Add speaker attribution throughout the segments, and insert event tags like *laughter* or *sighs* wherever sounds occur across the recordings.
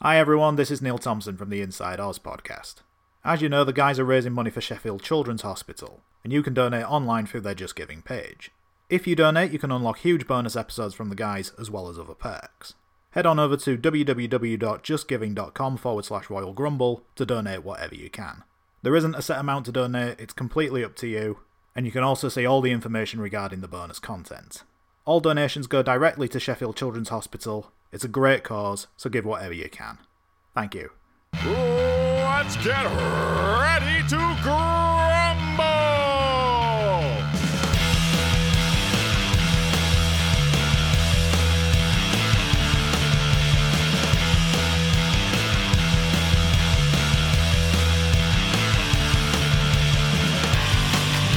Speaker 1: Hi everyone, this is Neil Thompson from the Inside Oz podcast. As you know, the guys are raising money for Sheffield Children's Hospital, and you can donate online through their Just Giving page. If you donate, you can unlock huge bonus episodes from the guys as well as other perks. Head on over to www.justgiving.com forward slash royal grumble to donate whatever you can. There isn't a set amount to donate, it's completely up to you, and you can also see all the information regarding the bonus content. All donations go directly to Sheffield Children's Hospital. It's a great cause, so give whatever you can. Thank you.
Speaker 2: Let's get ready to grumble!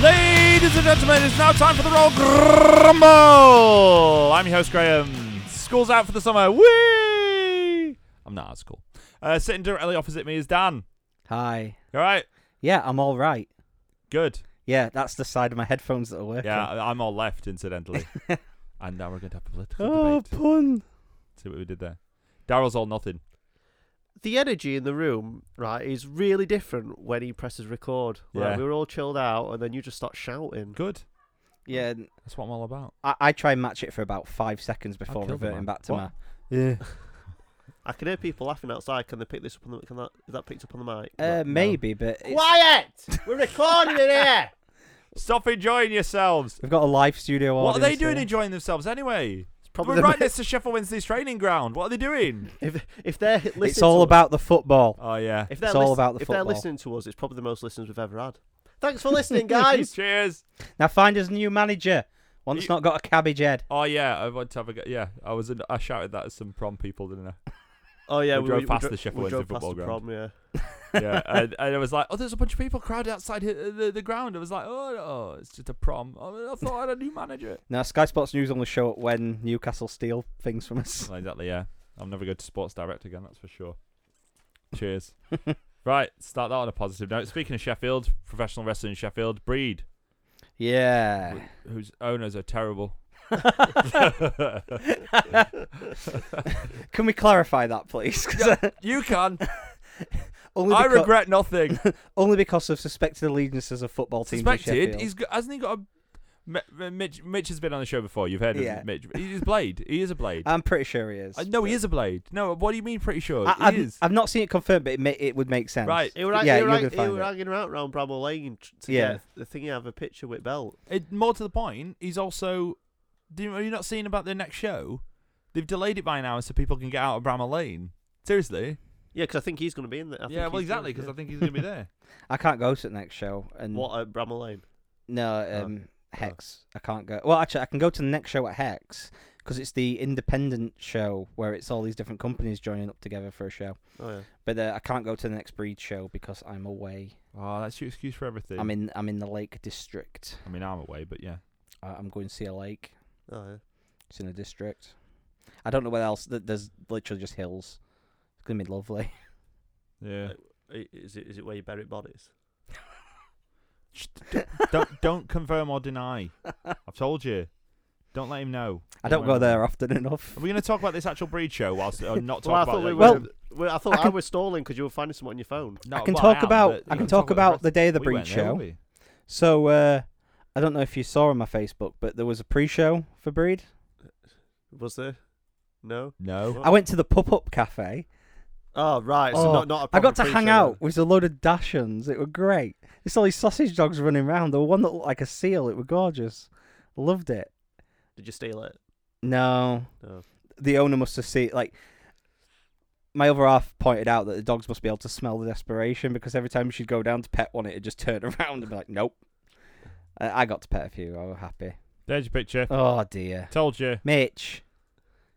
Speaker 3: Ladies and gentlemen, it's now time for the Roll Grumble. I'm your host, Graham. School's out for the summer. Whee! I'm not at school. Uh, sitting directly opposite me is Dan.
Speaker 4: Hi.
Speaker 3: You all right?
Speaker 4: Yeah, I'm all right.
Speaker 3: Good.
Speaker 4: Yeah, that's the side of my headphones that are working.
Speaker 3: Yeah, I- I'm all left, incidentally. and now we're going to have a political
Speaker 5: Oh,
Speaker 3: debate.
Speaker 5: pun.
Speaker 3: See what we did there. Daryl's all nothing.
Speaker 5: The energy in the room, right, is really different when he presses record. Like,
Speaker 3: Yeah.
Speaker 5: we were all chilled out, and then you just start shouting.
Speaker 3: Good.
Speaker 4: Yeah, and
Speaker 3: That's what I'm all about.
Speaker 4: I, I try and match it for about five seconds before
Speaker 3: killed the man.
Speaker 4: reverting back to
Speaker 3: What?
Speaker 4: my.
Speaker 5: Yeah. I can hear people laughing outside. Can they pick this up on the? Can that is that picked up on the mic?
Speaker 3: no.
Speaker 4: Uh, Maybe, but it's-
Speaker 5: Quiet! We're recording in here.
Speaker 3: Stop enjoying yourselves.
Speaker 4: we've got a live studio
Speaker 3: What are they
Speaker 4: audience
Speaker 3: doing
Speaker 4: here.
Speaker 3: enjoying themselves anyway?
Speaker 5: It's probably
Speaker 3: we're
Speaker 5: the
Speaker 3: right
Speaker 5: mi-
Speaker 3: next to Sheffield Wednesday's training ground. What are they doing?
Speaker 5: if if they're listening.
Speaker 4: It's all
Speaker 5: to
Speaker 4: about the football.
Speaker 3: Oh, yeah.
Speaker 5: Us, if they're
Speaker 4: it's all
Speaker 5: listen-
Speaker 4: about the
Speaker 5: if they're
Speaker 4: football.
Speaker 5: listening to us, it's probably the most listeners we've ever had. Thanks for listening,
Speaker 3: *laughs*
Speaker 5: guys.
Speaker 3: Cheers.
Speaker 4: Now find us a new manager. One that's
Speaker 3: Oh. You-
Speaker 4: not got a cabbage head.
Speaker 3: Oh yeah, I want to have a go. Yeah, I was in, I shouted that at some prom people, didn't I?
Speaker 5: oh yeah,
Speaker 3: We drove past
Speaker 5: dro-
Speaker 3: the Sheffield
Speaker 5: we
Speaker 3: Wednesday
Speaker 5: drove past
Speaker 3: football
Speaker 5: the
Speaker 3: ground.
Speaker 5: Prom, yeah.
Speaker 3: Yeah, and, and I was like, oh, there's a bunch of people crowded outside hi- the, the ground. I was like, oh, no, it's just a prom. I, I thought I had a new manager.
Speaker 4: Now Sky Sports News only show up when Newcastle steal things from
Speaker 3: *laughs* *laughs*
Speaker 4: us.
Speaker 3: Well, exactly. Yeah, I'll never go to Sports Direct again. That's for sure.
Speaker 4: *laughs*
Speaker 3: Cheers. right, start that on a positive note. Speaking of Sheffield, professional wrestling in Sheffield, Breed,
Speaker 4: Yeah. *laughs* *sighs*
Speaker 3: wh- whose owners are terrible.
Speaker 4: Can we clarify that, please? *laughs* 'Cause
Speaker 3: You
Speaker 4: *laughs*
Speaker 3: can.
Speaker 4: only,
Speaker 3: I
Speaker 4: becau-
Speaker 3: regret
Speaker 4: *laughs*
Speaker 3: nothing.
Speaker 4: only because of suspected allegiances of football teams. in
Speaker 3: suspected.
Speaker 4: Sheffield.
Speaker 3: He's got, hasn't he got a M- M- Mitch? Mitch has been on the show before. You've heard of
Speaker 4: Yeah.
Speaker 3: Mitch. He's Blade. He is a Blade.
Speaker 4: I'm pretty sure he is.
Speaker 3: Uh, no, he is a Blade. No, what do you mean? Pretty sure
Speaker 4: I,
Speaker 3: he
Speaker 4: I've,
Speaker 3: is.
Speaker 4: I've not seen it confirmed, but it, ma- it would make sense.
Speaker 3: Right.
Speaker 5: He were,
Speaker 4: Yeah,
Speaker 5: yeah, he
Speaker 4: you're
Speaker 5: were,
Speaker 4: gonna
Speaker 5: hang, he
Speaker 4: find
Speaker 5: were
Speaker 4: it.
Speaker 5: hanging around round Bramwell Lane t- to
Speaker 4: Yeah.
Speaker 5: get the thing you have a picture with Belt.
Speaker 3: It, more to the point, he's also. Do you, are you not seeing about the next show? They've delayed it by an hour so people can get out of Bramall Lane. Seriously?
Speaker 5: Yeah, because I think he's going to be in there. I
Speaker 3: yeah,
Speaker 5: think
Speaker 3: well,
Speaker 5: he's gonna-
Speaker 3: exactly, because
Speaker 5: yeah.
Speaker 3: I think he's going to be there.
Speaker 4: I can't go to the next show. And
Speaker 5: What at Bramall Lane?
Speaker 3: Uh,
Speaker 4: No, um, Hex. I can't go. Well, actually, I can go to the next show at Hex because it's the independent show where it's all these different companies joining up together for a show.
Speaker 5: Oh yeah.
Speaker 4: But uh, I can't go to the next Breed show because I'm away.
Speaker 3: *laughs* oh, that's your excuse for everything.
Speaker 4: I'm in. I'm in the Lake District.
Speaker 3: I mean, I'm away, but yeah.
Speaker 4: I I'm going to see a lake.
Speaker 5: Oh yeah.
Speaker 4: It's in a district. I don't know what else. th- There's literally just hills. It's gonna be lovely.
Speaker 3: Yeah.
Speaker 5: I- Is it is it where you bury bodies?
Speaker 3: Shh, don't, *laughs* don't, don't confirm or deny. I've told you. Don't let him know.
Speaker 4: I don't go there often *laughs* enough.
Speaker 3: Are we going to talk about this actual breed show whilst uh, not talk
Speaker 5: Well, I
Speaker 3: about
Speaker 5: thought
Speaker 3: the-
Speaker 5: we
Speaker 4: Well,
Speaker 5: were. well, I thought
Speaker 4: I
Speaker 5: I,
Speaker 4: can-
Speaker 5: was stalling because you were finding something on your phone.
Speaker 3: No,
Speaker 4: I can
Speaker 3: well,
Speaker 4: talk
Speaker 3: am,
Speaker 4: about-
Speaker 3: but
Speaker 4: I
Speaker 3: you
Speaker 4: can talk about
Speaker 3: rest-
Speaker 4: the day of the
Speaker 3: we
Speaker 4: breed
Speaker 3: weren't there,
Speaker 4: show.
Speaker 3: were we?
Speaker 4: So uh, I don't know if you saw on my Facebook, but there was a pre-show for Breed.
Speaker 5: Was there? No.
Speaker 3: No.
Speaker 4: I went to the Pop Up Cafe.
Speaker 5: Oh right. So
Speaker 4: Oh,
Speaker 5: not not. A
Speaker 4: I got to
Speaker 5: proper
Speaker 4: hang
Speaker 5: pre-show
Speaker 4: out
Speaker 5: then.
Speaker 4: with a load of Dachshunds. It were great. It's all these sausage dogs running around. The one that looked like a seal. It were gorgeous. Loved it.
Speaker 5: Did you steal it?
Speaker 4: No,
Speaker 5: No.
Speaker 4: the owner must have seen like. My other half pointed out that the dogs must be able to smell the desperation because every time she'd go down to pet one, it'd just turn *laughs* around and be like, "Nope." Uh, I got to pet a few. I was happy.
Speaker 3: There's your picture.
Speaker 4: Oh dear,
Speaker 3: Told you.
Speaker 4: Mitch,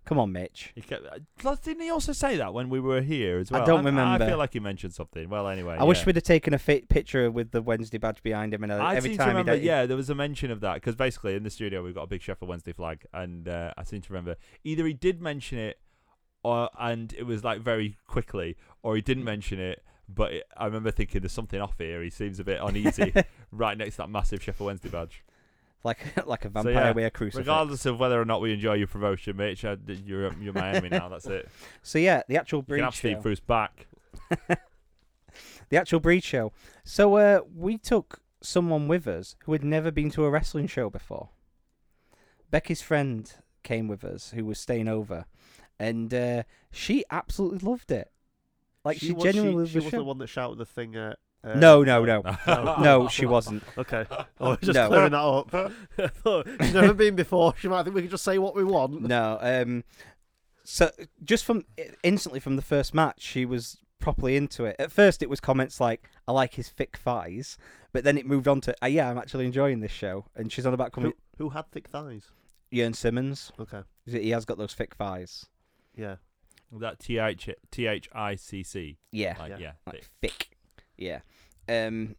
Speaker 4: come on, Mitch.
Speaker 3: He kept, uh, plus, didn't he also say that when we were here as
Speaker 4: I
Speaker 3: well?
Speaker 4: don't
Speaker 3: I
Speaker 4: remember.
Speaker 3: feel like he mentioned something. Well, anyway.
Speaker 4: I wish
Speaker 3: yeah.
Speaker 4: we'd have taken a fit picture with the Wednesday badge behind him, and uh,
Speaker 3: I
Speaker 4: every
Speaker 3: seem
Speaker 4: time
Speaker 3: to remember,
Speaker 4: he did, *laughs*
Speaker 3: yeah, there was a mention of that because basically in the studio we've got a big Sheffield Wednesday flag, and uh, I seem to remember either he did mention it, or and it was like very quickly, or he didn't mention it. But it, E
Speaker 4: *laughs*
Speaker 3: I remember thinking there's something off here. He seems a bit uneasy right next to that massive Sheffield Wednesday badge.
Speaker 4: like *laughs* like a
Speaker 3: So,
Speaker 4: vampire
Speaker 3: yeah,
Speaker 4: with a crucifix.
Speaker 3: Regardless of whether or not we enjoy your promotion, Mitch, I- you're you're Miami now. That's it.
Speaker 4: So yeah, the actual
Speaker 3: You can
Speaker 4: breed
Speaker 3: have
Speaker 4: show.
Speaker 3: Steve Bruce back.
Speaker 4: The actual breed show. So uh, we took someone with us who had never been to a wrestling show before. Becky's friend came with us who was staying over, and uh, she absolutely loved it. Like she,
Speaker 5: was,
Speaker 4: genuinely loved
Speaker 5: she,
Speaker 4: the
Speaker 5: was
Speaker 4: show.
Speaker 5: the one that shouted the thing at. Uh,
Speaker 4: no, no, no,
Speaker 3: *laughs*
Speaker 4: no, she wasn't.
Speaker 5: *laughs* Okay. Oh, just
Speaker 4: No.
Speaker 5: clearing that *laughs* up. I thought, She's never been before. She might think we can just say what we want.
Speaker 4: No. Um. So just from instantly from the first match, she was properly into it. At first, it was comments like "I like his thick thighs," but then it moved on to "Ah, "Yeah, I'm actually enjoying this show," and she's on about
Speaker 5: Who,
Speaker 4: coming.
Speaker 5: who had thick thighs?
Speaker 4: Jørn Simmons,
Speaker 5: Okay.
Speaker 4: he has got those thick thighs.
Speaker 5: Yeah.
Speaker 3: That T H T H I C C.
Speaker 4: Yeah,
Speaker 3: Like,
Speaker 5: Yeah.
Speaker 3: yeah.
Speaker 4: like thick. Yeah. Um.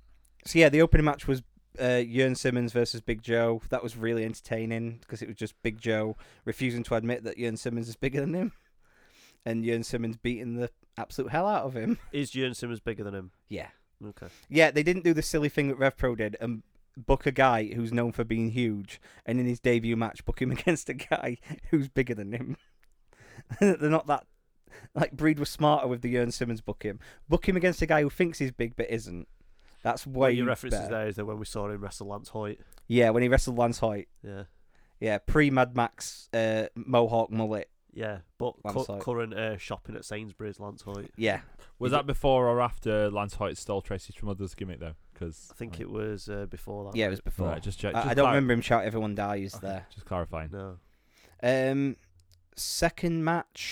Speaker 4: So yeah, the opening match was uh, Jørn Simmons versus Big Joe. That was really entertaining because it was just Big Joe refusing to admit that Jørn Simmons is bigger than him, and Jørn Simmons beating the absolute hell out of him.
Speaker 5: Is Jern Simmons bigger than him?
Speaker 4: Yeah.
Speaker 5: Okay.
Speaker 4: Yeah, they didn't do the silly thing that RevPro did and book a guy who's known for being huge, and in his debut match, book him *laughs* against a guy who's bigger than him. *laughs* They're not that. Like Breed was smarter with the Jern Simmons book him. Book him against a guy who thinks he's big but isn't. That's way
Speaker 5: your references
Speaker 4: better.
Speaker 5: there is that when we saw him wrestle Lance Hoyt.
Speaker 4: Yeah, when he wrestled Lance Hoyt.
Speaker 5: Yeah.
Speaker 4: Yeah, pre Mad Max uh, Mohawk mullet.
Speaker 5: Yeah. But
Speaker 4: Lance
Speaker 5: cu-
Speaker 4: Hoyt.
Speaker 5: current uh, shopping at Sainsbury's, Lance Hoyt.
Speaker 4: Yeah,
Speaker 3: Was
Speaker 4: Is
Speaker 3: that before or after Lance Hoyt stole Tracy's from others gimmick though? Because
Speaker 5: I think it was uh, before that.
Speaker 4: yeah, it was before.
Speaker 3: Right, just check.
Speaker 4: I,
Speaker 3: just
Speaker 4: I don't
Speaker 3: clar-
Speaker 4: remember him shout "Everyone dies"
Speaker 3: Okay,
Speaker 4: there.
Speaker 3: Just clarifying.
Speaker 5: No.
Speaker 4: Um, second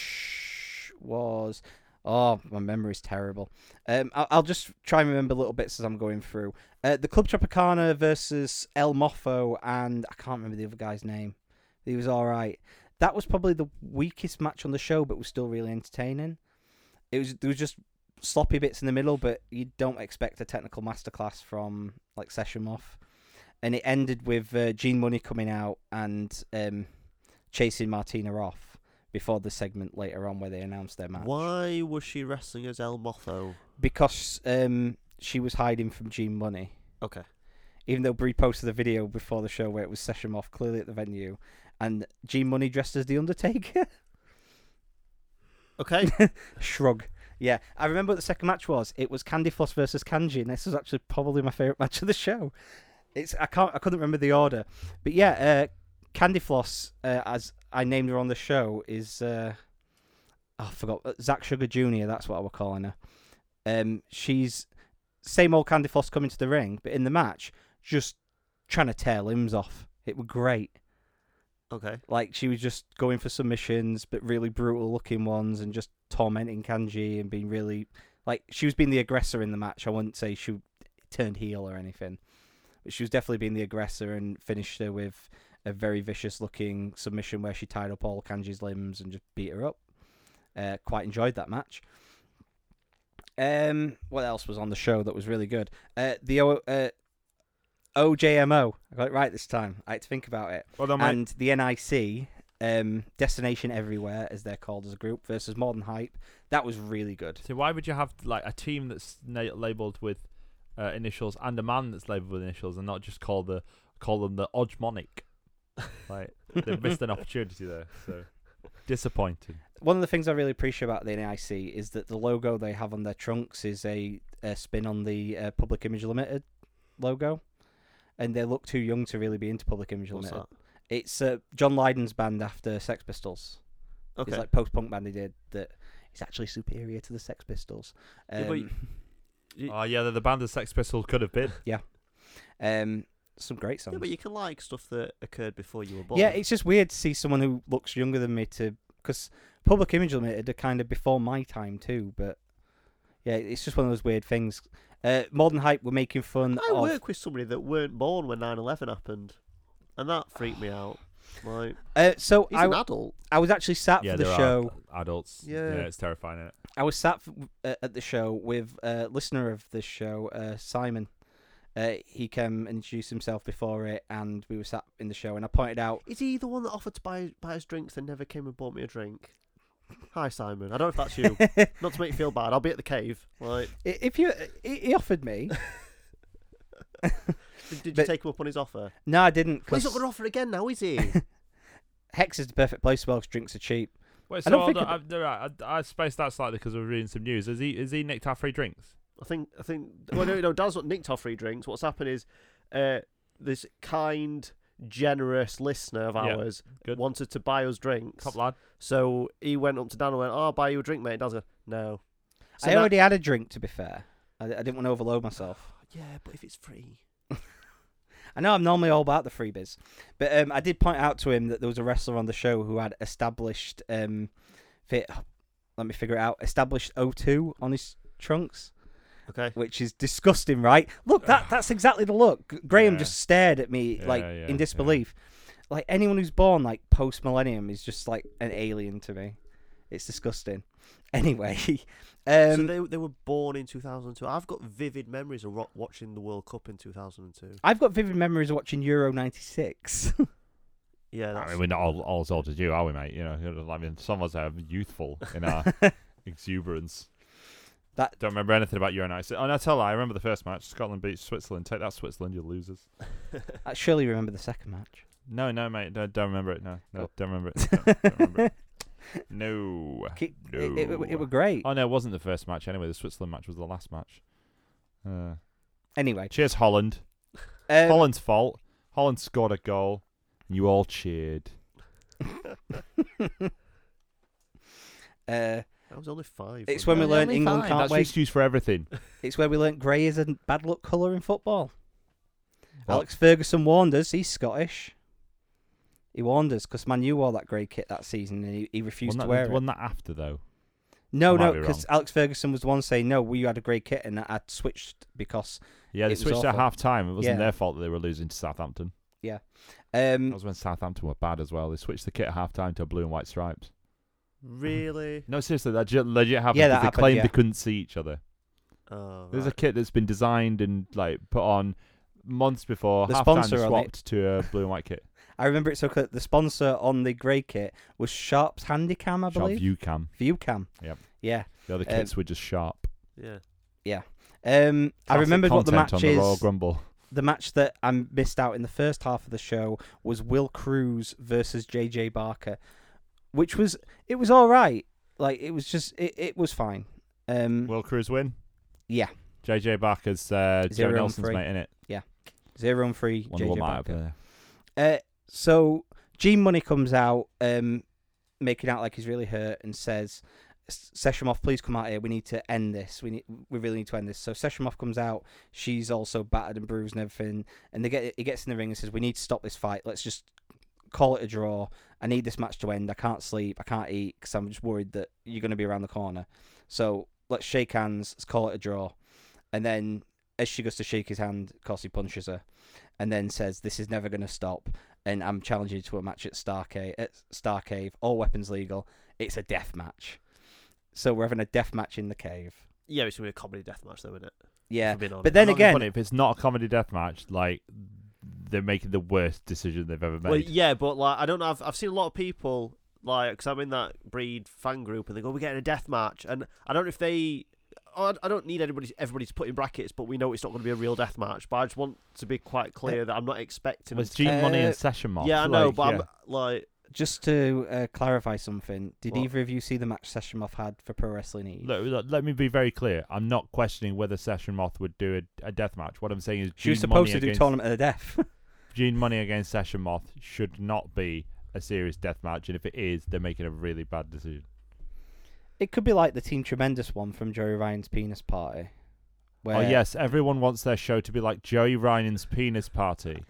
Speaker 4: match was oh my memory's terrible. Um, I'll, I'll just try and remember little bits as I'm going through. Uh, the Club Tropicana versus El Mofo and I can't remember the other guy's name. He was all right. That was probably the weakest match on the show, but was still really entertaining. It was there was just sloppy bits in the middle, but you don't expect a technical masterclass from like Session Moff. And it ended with uh, Gene Money coming out and um, chasing Martina off before the segment later on where they announced their match.
Speaker 5: Why was she wrestling as
Speaker 4: *laughs*
Speaker 5: El Motho?
Speaker 4: Because um, she was hiding from Gene Money.
Speaker 5: Okay.
Speaker 4: Even though Bree posted the video before the show where it was Session Moff clearly at the venue and Gene Money dressed as The Undertaker.
Speaker 5: Okay.
Speaker 4: Shrug. Yeah, I remember what the second match was. It was Candy Floss versus Kanji, and this was actually probably my favorite match of the show. It's I can't I couldn't remember the order, but yeah, uh, Candy Floss, uh, as I named her on the show, is uh, oh, I forgot uh, Zack Sugar Jr. That's what I were calling her. Um, she's same old Candy Floss coming to the ring, but in the match, just trying to tear limbs off. It were great.
Speaker 5: okay.
Speaker 4: Like she was just going for submissions, but really brutal looking ones, and just tormenting Kanji and being really like she was being the aggressor in the match. I wouldn't say she turned heel or anything, but she was definitely being the aggressor and finished her with a very vicious looking submission where she tied up all Kanji's limbs and just beat her up. Uh, quite enjoyed that match. Um, what else was on the show that was really good? Uh, the o- uh, OJMO. I got it right this time. I had to think about it
Speaker 3: Well done, mate.
Speaker 4: and the NIC, um, Destination Everywhere, as they're called as a group, versus Modern Hype. That was really good.
Speaker 3: So why would you have like a team that's na- labeled with uh, initials and a man that's labeled with initials and not just call the call them the Odmonic? Like they
Speaker 4: *laughs*
Speaker 3: missed an opportunity there. So disappointing.
Speaker 4: One of the things I really appreciate about the NIC is that the logo they have on their trunks is a, a spin on the uh, Public Image Limited logo, and they look too young to really be into Public Image
Speaker 5: What's
Speaker 4: Limited.
Speaker 5: that?
Speaker 4: It's uh, John Lydon's band after Sex Pistols.
Speaker 5: Okay.
Speaker 4: It's like post punk band they did that is actually superior to the Sex Pistols. Um,
Speaker 5: Yeah, but Y-
Speaker 3: Oh yeah, they're the band the Sex Pistols could have been.
Speaker 4: um, some great songs.
Speaker 5: yeah, but you can like stuff that occurred before you were born.
Speaker 4: Yeah, it's just weird to see someone who looks younger than me to because Public Image Limited are kind of before my time too. But yeah, it's just one of those weird things. Uh, Modern hype were making fun
Speaker 5: I
Speaker 4: of.
Speaker 5: work with somebody that weren't born when 9/11 happened, and that freaked me out. Like
Speaker 4: *sighs* Uh, so
Speaker 5: he's
Speaker 4: I,
Speaker 5: an adult.
Speaker 4: I was actually sat
Speaker 3: yeah,
Speaker 4: for the
Speaker 3: there
Speaker 4: show.
Speaker 3: are adults.
Speaker 5: Yeah.
Speaker 3: Yeah. it's terrifying. Isn't it?
Speaker 4: I was sat f- uh, at the show with a listener of this show, uh, Simon. Uh, he came and introduced himself before it, and we were sat in the show. And I pointed out
Speaker 5: Is he the one that offered to buy buy us drinks and never came and bought me a drink? Hi Simon, I don't know *laughs* if
Speaker 4: *laughs*
Speaker 5: that's you. Not to make you feel bad, I'll be at the cave. Like
Speaker 4: I- if you, he he offered me.
Speaker 5: Did, did you
Speaker 4: But-
Speaker 5: take him up on his offer?
Speaker 4: No, I didn't.
Speaker 5: Well, he's not
Speaker 4: 'cause
Speaker 5: going to offer again now, is he?
Speaker 4: Hex is the perfect place well 'cause drinks are cheap.
Speaker 3: Wait,
Speaker 4: I
Speaker 3: so
Speaker 4: don't
Speaker 3: hold
Speaker 4: think
Speaker 3: on, I, right, I, I spaced out slightly because we were reading some news. Is he is he nicked our free drinks?
Speaker 5: *laughs* I think I think well no no Dan's not nicked our free drinks. What's happened is uh, this kind, generous listener of
Speaker 3: Yeah,
Speaker 5: ours
Speaker 3: good.
Speaker 5: wanted to buy us drinks.
Speaker 3: Top lad.
Speaker 5: So he went up to Dan and went, oh, I'll buy you a drink, mate. And Dan's like, no. So
Speaker 4: I
Speaker 5: now-
Speaker 4: already had a drink, to be fair. I, I didn't want to overload myself.
Speaker 5: Yeah, but if it's free.
Speaker 4: I know I'm normally all about the freebies, but um, I did point out to him that there was a wrestler on the show who had established, um, fit, let me figure it out, established O2 on his trunks,
Speaker 5: Okay.
Speaker 4: which is disgusting, right? Look, that that's exactly the look. G- Graham
Speaker 3: Yeah.
Speaker 4: just stared at me like
Speaker 3: Yeah, yeah,
Speaker 4: in
Speaker 3: yeah.
Speaker 4: disbelief. Like anyone who's born like post millennium is just like an alien to me. It's disgusting. Anyway, *laughs* um,
Speaker 5: so they, they were born in 2002. I've got vivid memories of ro- watching the World Cup in 2002.
Speaker 4: I've got vivid memories of watching Euro '96.
Speaker 5: Yeah, that's, *laughs*
Speaker 3: I mean, we're not all, all as old as you, are we, mate? You know, you know, I mean, some of us are youthful in *laughs* our exuberance.
Speaker 4: *laughs* That-
Speaker 3: don't remember anything about Euro '96. And I tell a lie, I remember the first match. Scotland beat Switzerland. Take that, Switzerland, you losers.
Speaker 4: I surely remember the second match.
Speaker 3: No, no, mate, no, don't remember it. No, no,
Speaker 4: Oh.
Speaker 3: don't remember it. No, don't remember
Speaker 4: *laughs*
Speaker 3: it. *laughs* No.
Speaker 4: Ki- It, it,
Speaker 3: No.
Speaker 4: it were great.
Speaker 3: Oh no, it wasn't the first match anyway. The Switzerland match was the last match. Uh,
Speaker 4: Anyway,
Speaker 3: cheers, Holland.
Speaker 4: um,
Speaker 3: Holland's fault. Holland scored a goal. You all cheered.
Speaker 4: um,
Speaker 3: *laughs*
Speaker 4: *laughs* uh,
Speaker 5: I was only five.
Speaker 4: it's when
Speaker 5: wasn't
Speaker 4: we
Speaker 5: I?
Speaker 4: learned England
Speaker 3: Fine,
Speaker 4: can't
Speaker 3: That's the
Speaker 4: wait.
Speaker 3: excuse for everything.
Speaker 4: It's where we learned grey is a bad luck colour in football.
Speaker 3: What?
Speaker 4: Alex Ferguson warned us. He's Scottish. He warned us because Manu wore that grey kit that season and he, he refused
Speaker 3: Wasn't
Speaker 4: to
Speaker 3: that,
Speaker 4: wear it.
Speaker 3: wasn't that after though?
Speaker 4: No,
Speaker 3: I might
Speaker 4: no,
Speaker 3: be
Speaker 4: because Alex Ferguson was the one saying no. We had a grey kit and I I'd switched because
Speaker 3: Yeah,
Speaker 4: It
Speaker 3: they
Speaker 4: was
Speaker 3: switched at
Speaker 4: awful.
Speaker 3: half time. It wasn't
Speaker 4: Yeah.
Speaker 3: their fault that they were losing to Southampton. That
Speaker 4: um,
Speaker 3: was when Southampton were bad as well. They switched the kit at half time to blue and white stripes.
Speaker 5: Really?
Speaker 3: No, seriously, that legit, legit happened.
Speaker 4: Yeah,
Speaker 3: 'cause
Speaker 4: that
Speaker 3: they
Speaker 4: happened,
Speaker 3: claimed
Speaker 4: yeah.
Speaker 3: they couldn't see each other.
Speaker 5: Oh,
Speaker 3: There's a
Speaker 5: right.
Speaker 3: kit that's been designed and like put on months before
Speaker 4: The
Speaker 3: half time
Speaker 4: sponsor on it.
Speaker 3: swapped to a blue and white kit.
Speaker 4: I remember it so clear. The sponsor on the grey kit was Sharp's Handycam, *laughs* I
Speaker 3: Sharp
Speaker 4: believe.
Speaker 3: view cam.
Speaker 4: Viewcam.
Speaker 3: Yep.
Speaker 4: Yeah.
Speaker 3: The other
Speaker 4: Um,
Speaker 3: kits were just sharp.
Speaker 5: Yeah.
Speaker 4: Um, I
Speaker 3: Classic
Speaker 4: remembered what the
Speaker 3: content
Speaker 4: match
Speaker 3: on
Speaker 4: is.
Speaker 3: The Royal
Speaker 4: *laughs*
Speaker 3: Grumble.
Speaker 4: the match that I missed out in the first half of the show was Will Cruz versus JJ Barker, which was it was all right. Like it was just it, it was fine. Um,
Speaker 3: Will Cruz win.
Speaker 4: yeah,
Speaker 3: JJ Barker's uh, Joe
Speaker 4: Zero and
Speaker 3: Nelson's
Speaker 4: three.
Speaker 3: mate in it.
Speaker 4: zero and three.
Speaker 3: Wonder
Speaker 4: JJ
Speaker 3: what might
Speaker 4: Barker.
Speaker 3: happen there.
Speaker 4: Uh, so Gene Money comes out, um, making out like he's really hurt, and says, "Seshimov, please come out here. We need to end this. We need, we really need to end this." So Seshimov comes out. She's also battered and bruised and everything. And they get he gets in the ring and says, "We need to stop this fight. Let's just call it a draw. I need this match to end. I can't sleep. I can't eat because I'm just worried that you're going to be around the corner. So let's shake hands. Let's call it a draw." And then as she goes to shake his hand, of course he punches her, and then says, "This is never going to stop." and I'm challenging you to a match at Starcave. At Starcave, all weapons legal. It's a death match, so we're having a death match in the cave.
Speaker 5: Yeah, it's going to be a comedy death match, though, isn't it?
Speaker 4: Yeah,
Speaker 5: If we're being
Speaker 4: but
Speaker 5: honest.
Speaker 4: then
Speaker 3: Not gonna be funny,
Speaker 4: again,
Speaker 3: if it's not a comedy death match, like they're making the worst decision they've ever made.
Speaker 5: Well, yeah, but like I don't know. I've, I've seen a lot of people like because I'm in that breed fan group, and they go, "We're getting a death match," and I don't know if they. I I don't need anybody, everybody to put in brackets, but we know it's not going to be a real death match. But I just want to be quite clear that I'm not expecting.
Speaker 3: was
Speaker 5: them
Speaker 3: Gene Money
Speaker 4: Uh,
Speaker 3: and Session Moth?
Speaker 5: yeah, I know,
Speaker 3: Like,
Speaker 5: but
Speaker 3: yeah.
Speaker 5: I'm like,
Speaker 4: just to uh, clarify something, did
Speaker 5: What?
Speaker 4: either of you see the match Seshimov had for Pro Wrestling E? Eve?
Speaker 3: Look, look, let me be very clear. I'm not questioning whether Session Moth would do a, a death match. What I'm saying is,
Speaker 4: she was
Speaker 3: Gene
Speaker 4: supposed
Speaker 3: Money
Speaker 4: to do
Speaker 3: against,
Speaker 4: Tournament of the Death.
Speaker 3: Gene Money against Session Moth should not be a serious death match, and if it is, they're making a really bad decision.
Speaker 4: *laughs* it could be like the Team Tremendous one from Joey Ryan's Penis Party. Where
Speaker 3: oh yes, everyone wants their show to be like Joey Ryan's penis party.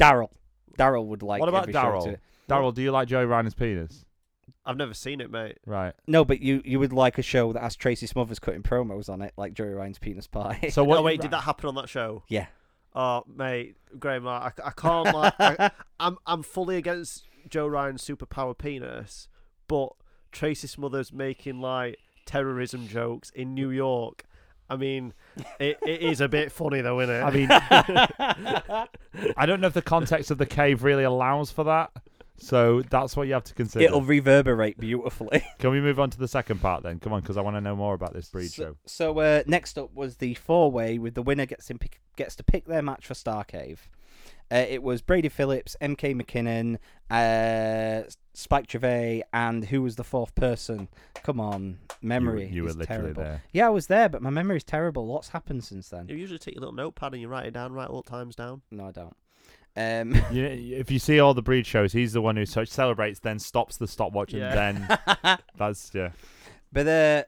Speaker 4: Daryl. Daryl would like.
Speaker 3: what about
Speaker 4: every show
Speaker 3: Daryl?
Speaker 4: to-
Speaker 3: Daryl, do you like Joey Ryan's penis?
Speaker 5: I've never seen it, mate.
Speaker 3: Right.
Speaker 4: No, but you you would like a show that has Tracy Smothers cutting promos on it, like Joey Ryan's Penis Party.
Speaker 3: So what?
Speaker 5: oh wait, did that happen on that show?
Speaker 4: yeah.
Speaker 5: Oh, mate, Graham, like, I, I can't.
Speaker 4: *laughs*
Speaker 5: Like, I, I'm I'm fully against Joe Ryan's superpower penis, but Tracy Smothers making like terrorism jokes in New York.
Speaker 4: *laughs*
Speaker 5: I mean, it, it is a bit funny though, isn't it?
Speaker 3: I mean, I don't know if the context of the cave really allows for that. So that's what you have to consider.
Speaker 4: It'll reverberate beautifully.
Speaker 3: Can we move on to the second part then? Come on, because I want to know more about this breed
Speaker 4: *laughs* so
Speaker 3: show.
Speaker 4: so uh, next up was the four way with the winner gets in pick, gets to pick their match for Starcave. Uh, it was Brady Phillips, MK McKinnon, uh, Spike Gervais, and who was the fourth person? Come on,
Speaker 3: You were-
Speaker 4: memory.
Speaker 3: you were
Speaker 4: is
Speaker 3: literally
Speaker 4: terrible.
Speaker 3: there.
Speaker 4: Yeah, I was there, but my memory's terrible. Lots happened since then.
Speaker 5: You usually take your little notepad and you write it down, write all times down.
Speaker 4: No, I don't. Um,
Speaker 3: You if you see all the breed shows, he's the one who so- celebrates, then stops the stopwatch,
Speaker 5: Yeah.
Speaker 3: and then
Speaker 4: *laughs*
Speaker 3: that's yeah.
Speaker 4: but uh,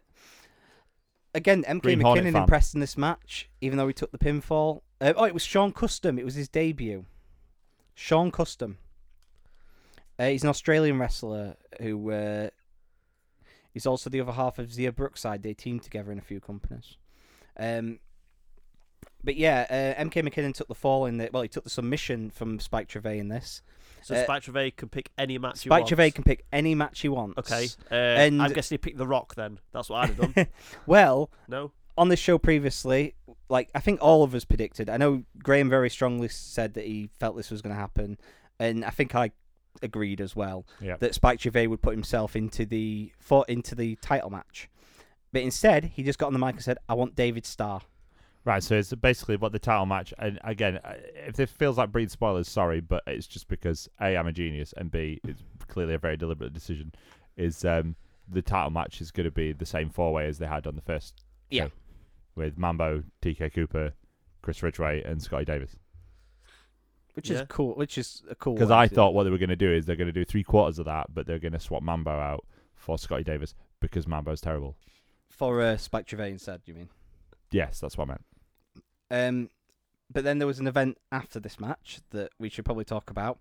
Speaker 4: again, MK
Speaker 3: Green Hornet
Speaker 4: McKinnon
Speaker 3: fan.
Speaker 4: impressed in this match, even though he took the pinfall. Uh, oh, it was Sean Custom. It was his debut. Sean Custom. Uh, he's an Australian wrestler who uh, he's also the other half of Zia Brookside. They teamed together in a few companies. Um, but yeah, uh, MK McKinnon took the fall in the well, he took the submission from Spike Trevay in this.
Speaker 5: So
Speaker 4: Uh,
Speaker 5: Spike Gervais can pick any match he
Speaker 4: Spike
Speaker 5: wants.
Speaker 4: Trevay can pick any match he wants.
Speaker 5: Okay. Uh,
Speaker 4: And-
Speaker 5: I'm guessing he picked The Rock then. That's what I'd
Speaker 4: *laughs*
Speaker 5: have done.
Speaker 4: Well,
Speaker 5: no?
Speaker 4: on this show previously, like I think all of us predicted. I know Graham very strongly said that he felt this was going to happen, and I think I agreed as well
Speaker 3: Yeah.
Speaker 4: that Spike Gervais would put himself into the for, into the title match. But instead, he just got on the mic and said, "I want David Starr."
Speaker 3: Right, so it's basically what the title match, and again, I- if it feels like breed spoilers, sorry, but it's just because a I'm a genius, and b it's clearly a very deliberate decision. Is um the title match is going to be the same four way as they had on the first,
Speaker 4: Yeah.
Speaker 3: show, with Mambo, TK Cooper, Chris Ridgway, and Scotty Davis.
Speaker 4: Which is
Speaker 5: Yeah.
Speaker 4: cool. Which is a cool.
Speaker 3: Because
Speaker 4: way
Speaker 3: I
Speaker 4: to do it.
Speaker 3: thought what they were going to do is they're going to do three quarters of that, but they're going to swap Mambo out for Scotty Davis because Mambo's terrible.
Speaker 4: for uh, Spike Gervais instead. You mean?
Speaker 3: Yes, that's what I meant.
Speaker 4: Um, but then there was an event after this match that we should probably talk about.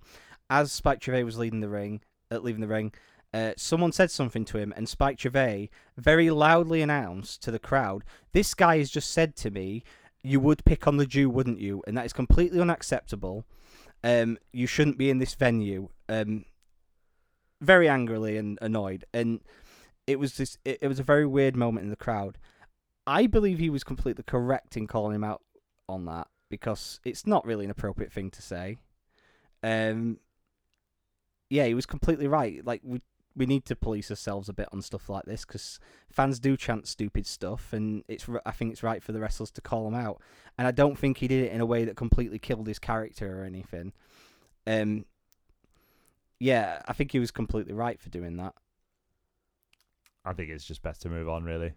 Speaker 4: As Spike Gervais was leading the ring, uh, leaving the ring, uh, someone said something to him, and Spike Gervais very loudly announced to the crowd, "This guy has just said to me, you would pick on the Jew, wouldn't you? And that is completely unacceptable. Um, you shouldn't be in this venue." Um, very angrily and annoyed, and it was this. It, it was a very weird moment in the crowd. I believe he was completely correct in calling him out on that because it's not really an appropriate thing to say. Um, yeah, he was completely right. Like we we need to police ourselves a bit on stuff like this because fans do chant stupid stuff, and it's r- I think it's right for the wrestlers to call him out. And I don't think he did it in a way that completely killed his character or anything. Um, yeah, I think he was completely right for doing that.
Speaker 3: I think it's just best to move on, really.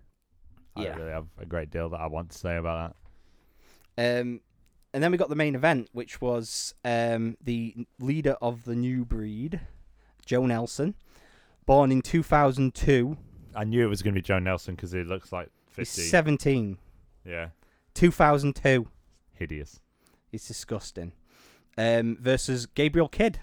Speaker 3: I
Speaker 4: Yeah.
Speaker 3: don't really have a great deal that I want to say about that.
Speaker 4: Um, and then we got the main event, which was um, the leader of the new breed, Joe Nelson, born in 2002.
Speaker 3: I knew it was going to be Joe Nelson because he looks like
Speaker 4: He's
Speaker 3: 50.
Speaker 4: 17.
Speaker 3: yeah,
Speaker 4: 2002.
Speaker 3: hideous.
Speaker 4: It's disgusting. Um, versus Gabriel Kidd.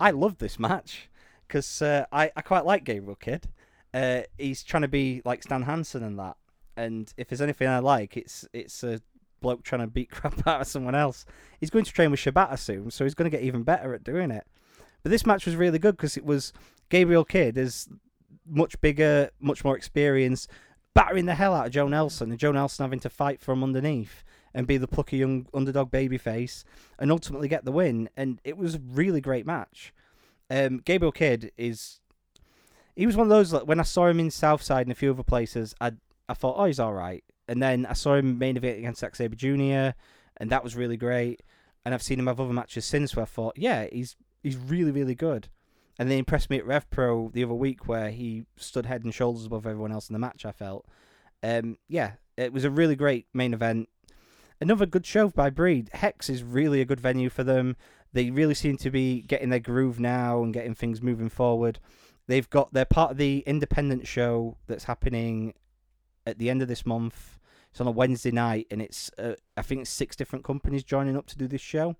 Speaker 4: I love this match because uh, I, I quite like Gabriel Kidd. Uh, he's trying to be like Stan Hansen and that. And if there's anything I like, it's it's a bloke trying to beat *laughs* crap out of someone else. He's going to train with Shibata soon, so he's going to get even better at doing it. But this match was really good because it was Gabriel Kidd is much bigger, much more experienced, battering the hell out of Joe Nelson, and Joe Nelson having to fight from underneath and be the plucky young underdog babyface and ultimately get the win. And it was a really great match. Um, Gabriel Kidd is. He was one of those, like, when I saw him in Southside and a few other places, I, I thought, oh, he's all right. And then I saw him main event against Zack Sabre Jr., and that was really great. And I've seen him have other matches since where I thought, yeah, he's he's really, really good. And they impressed me at Rev Pro the other week where he stood head and shoulders above everyone else in the match, I felt. Um, yeah, it was a really great main event another good show by Breed. Hex is really a good venue for them. They really seem to be getting their groove now and getting things moving forward. They've got they're part of the independent show that's happening at the end of this month. It's on a Wednesday night, and it's uh, I think six different companies joining up to do this show.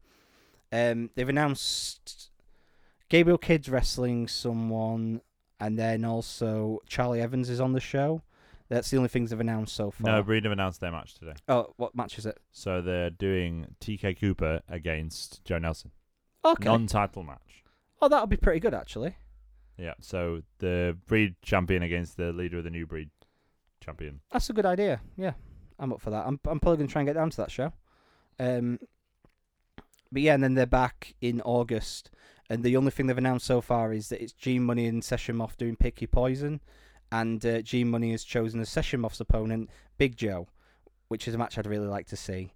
Speaker 4: Um, they've announced Gabriel Kidd's wrestling someone, and then also Charlie Evans is on the show. That's the only things they've announced so far.
Speaker 3: No, Breed have announced their match today.
Speaker 4: oh, what match is it?
Speaker 3: So they're doing TK Cooper against Joe Nelson.
Speaker 4: Okay.
Speaker 3: Non title match.
Speaker 4: Oh, that'll be pretty good actually.
Speaker 3: Yeah, so the Breed champion against the leader of the new Breed champion.
Speaker 4: That's a good idea. Yeah, I'm up for that. I'm I'm probably gonna try and get down to that show. Um, but yeah, and then they're back in August, And the only thing they've announced so far is that it's Gene Money and Session Moff doing Picky Poison, and uh, Gene Money has chosen as Session Moff's opponent Big Joe, which is a match I'd really like to see,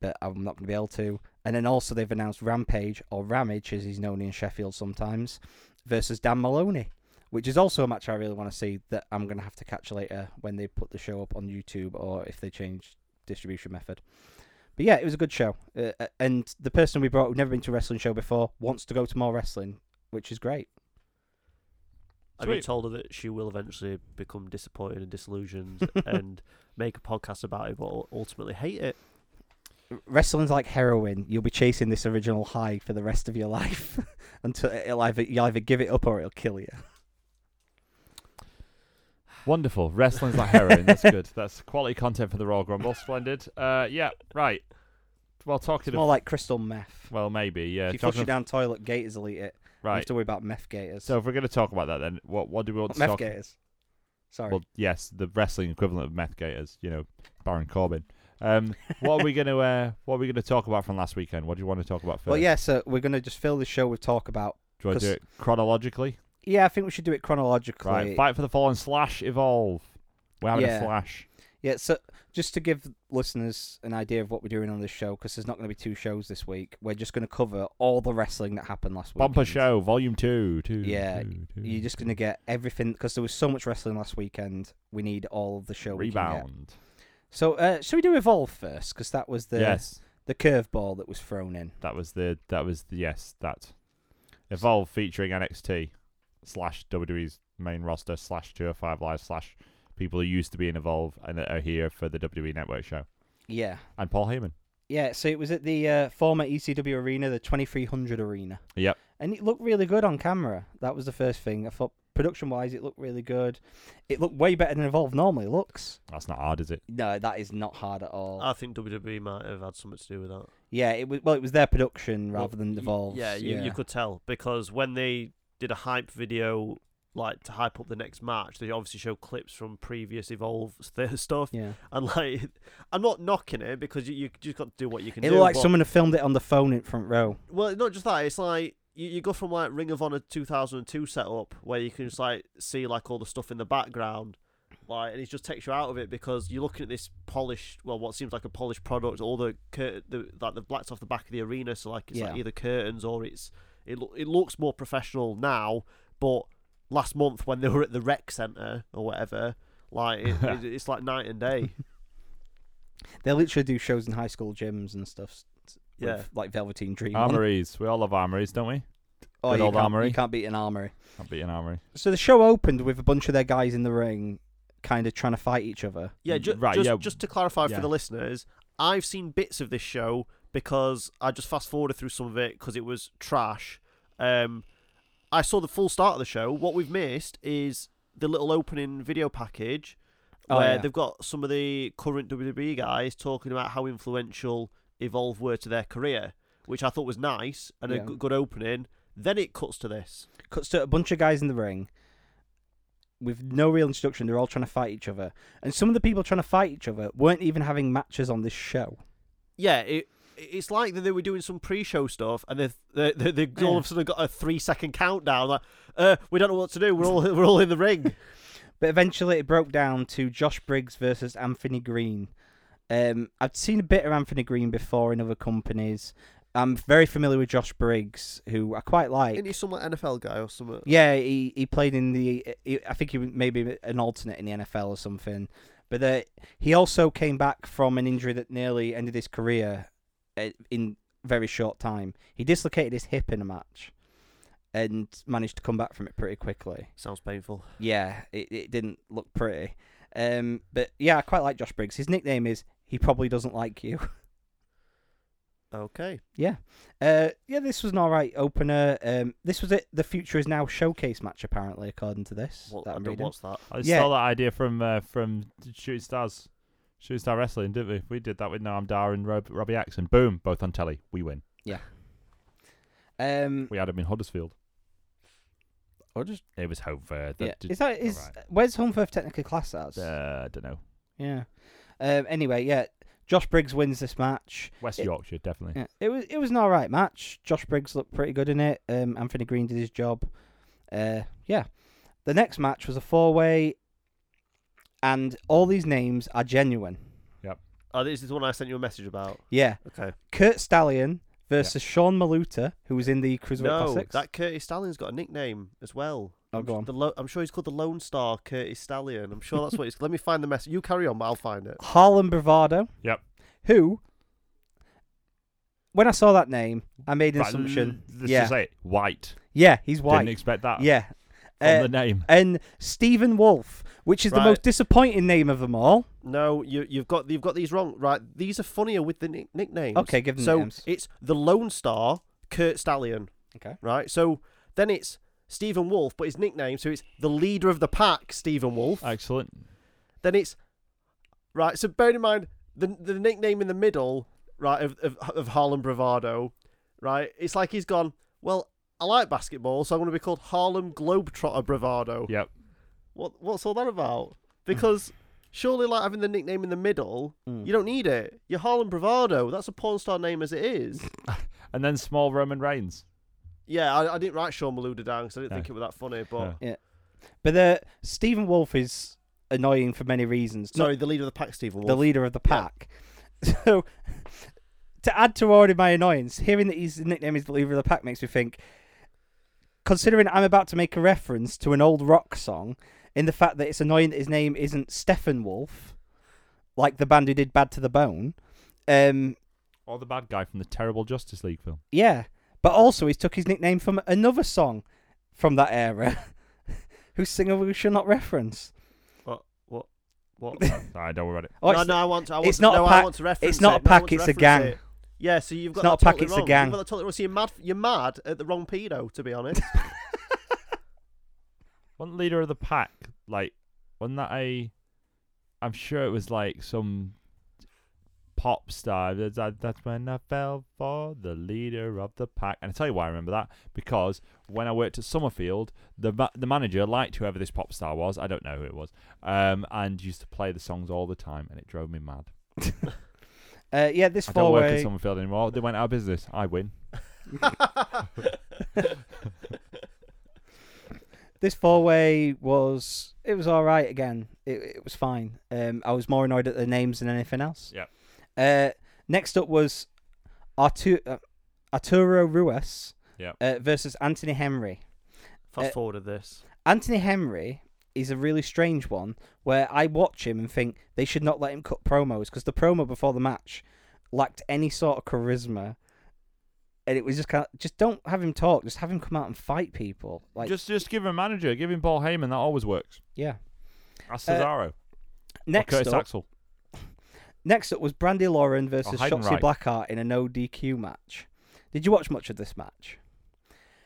Speaker 4: but I'm not going to be able to. And then also they've announced Rampage or Ramage, as he's known in Sheffield sometimes, versus Dan Maloney, which is also a match I really want to see that I'm going to have to catch later when they put the show up on YouTube or if they change distribution method. But yeah, it was a good show. Uh, uh, and the person we brought, who'd never been to a wrestling show before, wants to go to more wrestling, which is great.
Speaker 5: I've been
Speaker 3: Sweet.
Speaker 5: told her that she will eventually become disappointed and disillusioned and make a podcast about it, but ul- ultimately hate it.
Speaker 4: R- Wrestling's like heroin. You'll be chasing this original high for the rest of your *laughs* life until it'll either, you'll either give it up or it'll kill you.
Speaker 3: Wonderful. Wrestling's *laughs* like heroin. That's good. That's quality content for the Royal Grumble. Splendid. Uh, yeah, right. Well,
Speaker 4: It's
Speaker 3: talking
Speaker 4: more
Speaker 3: of.
Speaker 4: like crystal meth.
Speaker 3: Well, maybe, yeah.
Speaker 4: if you flush
Speaker 3: talking
Speaker 4: it
Speaker 3: of-
Speaker 4: down toilet, gators will eat it. You have
Speaker 3: right.
Speaker 4: to worry about meth gators.
Speaker 3: So if we're going to talk about that, then what what do we want to
Speaker 4: meth
Speaker 3: talk
Speaker 4: gators. Sorry. *laughs*
Speaker 3: Well, yes, the wrestling equivalent of meth gators, you know, Baron Corbin. Um, what are we going to uh, what are we going to talk about from last weekend? What do you want to talk about first?
Speaker 4: well, yeah, so we're going to just fill the show with talk about.
Speaker 3: do you want to do
Speaker 4: 'cause-
Speaker 3: it chronologically?
Speaker 4: Yeah, I think we should do it chronologically.
Speaker 3: Right, fight for the fallen slash evolve. We're having
Speaker 4: Yeah.
Speaker 3: a flash.
Speaker 4: Yeah, so just to give listeners an idea of what we're doing on this show, because there's not going to be two shows this week. We're just going to cover all the wrestling that happened last week.
Speaker 3: Bumper show, volume two, two.
Speaker 4: Yeah,
Speaker 3: two, two,
Speaker 4: You're just going to get everything because there was so much wrestling last weekend. We need all of the show. we can get.
Speaker 3: rebound.
Speaker 4: So, uh, should we do evolve first? Because that was the
Speaker 3: yes,
Speaker 4: the curveball that was thrown in.
Speaker 3: that was the that was the yes that evolve featuring NXT slash WWE's main roster slash two oh five live slash people who used to be in evolve and are here for the WWE network show
Speaker 4: Yeah,
Speaker 3: and Paul Heyman.
Speaker 4: yeah. So it was at the uh, former ECW arena, the 2300 arena.
Speaker 3: Yep.
Speaker 4: and it looked really good on camera. That was the first thing I thought. Production wise, it looked really good. It looked way better than Evolve normally looks.
Speaker 3: That's not hard, is it?
Speaker 4: No, that is not hard at all.
Speaker 5: I think WWE might have had something to do with that.
Speaker 4: yeah, it was well, it was their production
Speaker 5: Well,
Speaker 4: rather than
Speaker 5: y-
Speaker 4: Devolve's.
Speaker 5: Yeah, you, you could tell because when they did a hype video, like to hype up the next match, they obviously show clips from previous Evolve *laughs* st- stuff.
Speaker 4: Yeah,
Speaker 5: And like, *laughs* I'm not knocking it because you, you just got to do what you can
Speaker 4: it
Speaker 5: do.
Speaker 4: looked like
Speaker 5: but-
Speaker 4: someone had filmed it on the phone in front row.
Speaker 5: Well, not just that. It's like you, you go from like Ring of Honor 2002 setup where you can just like see like all the stuff in the background, like and it just takes you out of it because you're looking at this polished, well, what seems like a polished product. All the cur- the like the blacks off the back of the arena, so like it's
Speaker 4: Yeah.
Speaker 5: like either curtains or it's it lo- it looks more professional now, but last month when they were at the rec center or whatever. Like it, it, it's like night and day.
Speaker 4: They literally do shows in high school gyms and stuff. s- s- with,
Speaker 5: Yeah.
Speaker 4: like Velveteen Dream. on.
Speaker 3: Armories. We all love armories, don't we?
Speaker 4: Oh,
Speaker 3: good
Speaker 4: you
Speaker 3: old
Speaker 4: can't,
Speaker 3: armory.
Speaker 4: You can't beat an armory.
Speaker 3: I'll be an armory.
Speaker 4: So the show opened with a bunch of their guys in the ring, kind of trying to fight each other.
Speaker 5: Yeah, ju-
Speaker 3: Right,
Speaker 5: just,
Speaker 3: yeah.
Speaker 5: just to clarify
Speaker 3: Yeah.
Speaker 5: for the listeners, I've seen bits of this show because I just fast forwarded through some of it because it was trash. Um, I saw the full start of the show. What we've missed is the little opening video package
Speaker 4: Oh,
Speaker 5: where
Speaker 4: yeah.
Speaker 5: they've got some of the current WWE guys talking about how influential Evolve were to their career, which I thought was nice and a
Speaker 4: Yeah.
Speaker 5: g- good opening. Then it cuts to this.
Speaker 4: cuts to a bunch of guys in the ring with no real instruction. They're all trying to fight each other, and some of the people trying to fight each other weren't even having matches on this show.
Speaker 5: yeah, it it's like that they were doing some pre-show stuff, and they they they, they all of a sudden got a three-second countdown. Like, uh, we don't know what to do. We're all *laughs* we're all in the ring.
Speaker 4: But eventually it broke down to Josh Briggs versus Anthony Green. Um, I've seen a bit of Anthony Green before in other companies. I'm very familiar with Josh Briggs, who I quite like.
Speaker 5: he some NFL guy or something?
Speaker 4: Yeah, he, he played in the. He, I think he was maybe an alternate in the NFL or something. But uh, he also came back from an injury that nearly ended his career uh, in very short time. He dislocated his hip in a match and managed to come back from it pretty quickly
Speaker 5: Sounds painful.
Speaker 4: yeah, it, it didn't look pretty. Um, but yeah, I quite like Josh Briggs. His nickname is he probably doesn't like you. *laughs*
Speaker 5: Okay.
Speaker 4: yeah, uh, yeah, this was an alright opener. Um, this was it. The future is now showcase match apparently, according to this
Speaker 5: What,
Speaker 4: that
Speaker 5: I
Speaker 4: I'm
Speaker 5: don't
Speaker 4: reading.
Speaker 5: watch that.
Speaker 3: I
Speaker 4: Yeah.
Speaker 3: stole that idea from uh, from Shooting Stars, Shooting Star Wrestling, didn't we? We did that with Noam Dar and Rob, Robbie Axon. Boom, both on telly. We win.
Speaker 4: Um,
Speaker 3: We had him in Huddersfield.
Speaker 4: or just
Speaker 3: It was Hove. uh,
Speaker 4: yeah. is that is
Speaker 3: alright.
Speaker 4: where's Home Firth technically class as?
Speaker 3: Uh, I don't know.
Speaker 4: Yeah. Um, anyway, yeah. Josh Briggs wins this match.
Speaker 3: West
Speaker 4: It-
Speaker 3: Yorkshire, definitely.
Speaker 4: Yeah, it was it was an all right match. Josh Briggs looked pretty good in it. Um, Anthony Green did his job. Uh, yeah. The next match was a four way, and all these names are genuine.
Speaker 5: Oh, this is the one I sent you a message about.
Speaker 4: Yeah,
Speaker 5: Okay.
Speaker 4: Kurt Stallion versus Sean Maluta, who was in the Cruiserweight
Speaker 5: no,
Speaker 4: Classics.
Speaker 5: that Curtis Stallion's got a nickname as well.
Speaker 4: Oh,
Speaker 5: I'm
Speaker 4: go
Speaker 5: s-
Speaker 4: on.
Speaker 5: The lo- I'm sure he's called the Lone Star Curtis Stallion. I'm sure that's what it's. Let me find the message. You carry on, but I'll find it.
Speaker 4: Harlem Bravado.
Speaker 3: Yep.
Speaker 4: Who, when I saw that name, I made an
Speaker 3: Right,
Speaker 4: assumption.
Speaker 3: l- Let's
Speaker 4: yeah,
Speaker 3: just say it. White.
Speaker 4: yeah, he's
Speaker 3: Didn't
Speaker 4: white.
Speaker 3: expect that.
Speaker 4: Yeah,
Speaker 3: From
Speaker 4: Uh,
Speaker 3: the name.
Speaker 4: and Stephen Wolf, which is the
Speaker 5: Right.
Speaker 4: most disappointing name of them all.
Speaker 5: No, you, you've got you've got these wrong. Right, these are funnier with the nick- nicknames.
Speaker 4: Okay, give them
Speaker 5: so
Speaker 4: names.
Speaker 5: it's the Lone Star Kurt Stallion.
Speaker 4: Okay.
Speaker 5: Right. So then it's Stephen Wolf, but his nickname. So it's the leader of the pack, Stephen Wolf.
Speaker 3: Excellent.
Speaker 5: then it's right. So bear in mind the the nickname in the middle, right, of of, of Harlem Bravado, right. It's like he's gone. Well, I like basketball, so I'm going to be called Harlem Globetrotter Bravado.
Speaker 4: Oh.
Speaker 3: Yep.
Speaker 5: What what's all that
Speaker 4: Mm.
Speaker 5: about? Because surely, like having the nickname in the middle,
Speaker 4: Mm.
Speaker 5: you don't need it. You're Harlem Bravado. That's a porn star name as
Speaker 4: *laughs*
Speaker 5: it is.
Speaker 3: And then small Roman Reigns.
Speaker 5: yeah, I, I didn't write Sean Maluda down because I didn't
Speaker 3: No.
Speaker 5: think it was that funny. But
Speaker 3: No.
Speaker 4: But the Stephen Wolf is annoying for many reasons. Not
Speaker 5: sorry, the leader of the pack, Stephen Wolf.
Speaker 4: the leader of the
Speaker 5: Yeah.
Speaker 4: pack. *laughs* So to add to already my annoyance, hearing that his nickname is the leader of the pack makes me think. Considering I'm about to make a reference to an old rock song, in the fact that it's annoying that his name isn't Stephen Wolf, like the band who did Bad to the Bone. Um,
Speaker 3: Or the bad guy from the terrible Justice League film.
Speaker 4: yeah, but also he took his nickname from another song from that era, *laughs* whose singer we shall not reference. *laughs*
Speaker 5: what what what?
Speaker 3: Alright, don't worry about it.
Speaker 4: Oh,
Speaker 5: no,
Speaker 4: it's-
Speaker 5: no, I want. To, I want
Speaker 4: it's
Speaker 5: to,
Speaker 4: not a
Speaker 5: no, I
Speaker 4: pack-
Speaker 5: want to reference
Speaker 4: it's not a
Speaker 5: it. No, I want
Speaker 4: pack,
Speaker 5: to
Speaker 4: it's a
Speaker 5: reference
Speaker 4: gang.
Speaker 5: it. Yeah, so you've got
Speaker 4: It's not a
Speaker 5: that
Speaker 4: pack,
Speaker 5: totally
Speaker 4: it's a
Speaker 5: wrong. You've
Speaker 4: gang.
Speaker 5: got that totally wrong. So you're mad. You're mad at the wrong pedo, to
Speaker 4: *laughs*
Speaker 5: be honest. *laughs*
Speaker 3: Wasn't leader of the pack like? Wasn't that a? I'm sure it was like some pop star. That's- that- That's when I fell for the leader of the pack. And I tell you why I remember that because when I worked at Summerfield, the ma- the manager liked whoever this pop star was. I don't know who it was. Um, and used to play the songs all the time, and it drove me mad.
Speaker 4: *laughs* Uh, yeah, this
Speaker 3: I don't work at
Speaker 4: four-way.
Speaker 3: Summerfield anymore. They went out of business. I win.
Speaker 4: this four way was it was all right again. It, it was fine. Um, I was more annoyed at the names than anything else.
Speaker 3: Yep.
Speaker 4: Uh, next up was Artu- uh, Arturo Ruiz
Speaker 3: Yep.
Speaker 4: uh, versus Anthony Henry.
Speaker 5: Fast
Speaker 4: Uh,
Speaker 5: forwarded this.
Speaker 4: Anthony Henry is a really strange one where I watch him and think they should not let him cut promos because the promo before the match lacked any sort of charisma. And it was just kind of, just don't have him talk, just have him come out and fight people. Like,
Speaker 3: just just give him a manager. Give him Paul Heyman. That always works.
Speaker 4: yeah.
Speaker 3: That's
Speaker 4: Uh,
Speaker 3: Cesaro.
Speaker 4: Next
Speaker 3: or Curtis
Speaker 4: up,
Speaker 3: Axel. Oh,
Speaker 4: Next up was Brandy Lauren versus
Speaker 3: Heidenreich.
Speaker 4: Shotzi Blackheart in a no DQ match. Did you watch much of this match?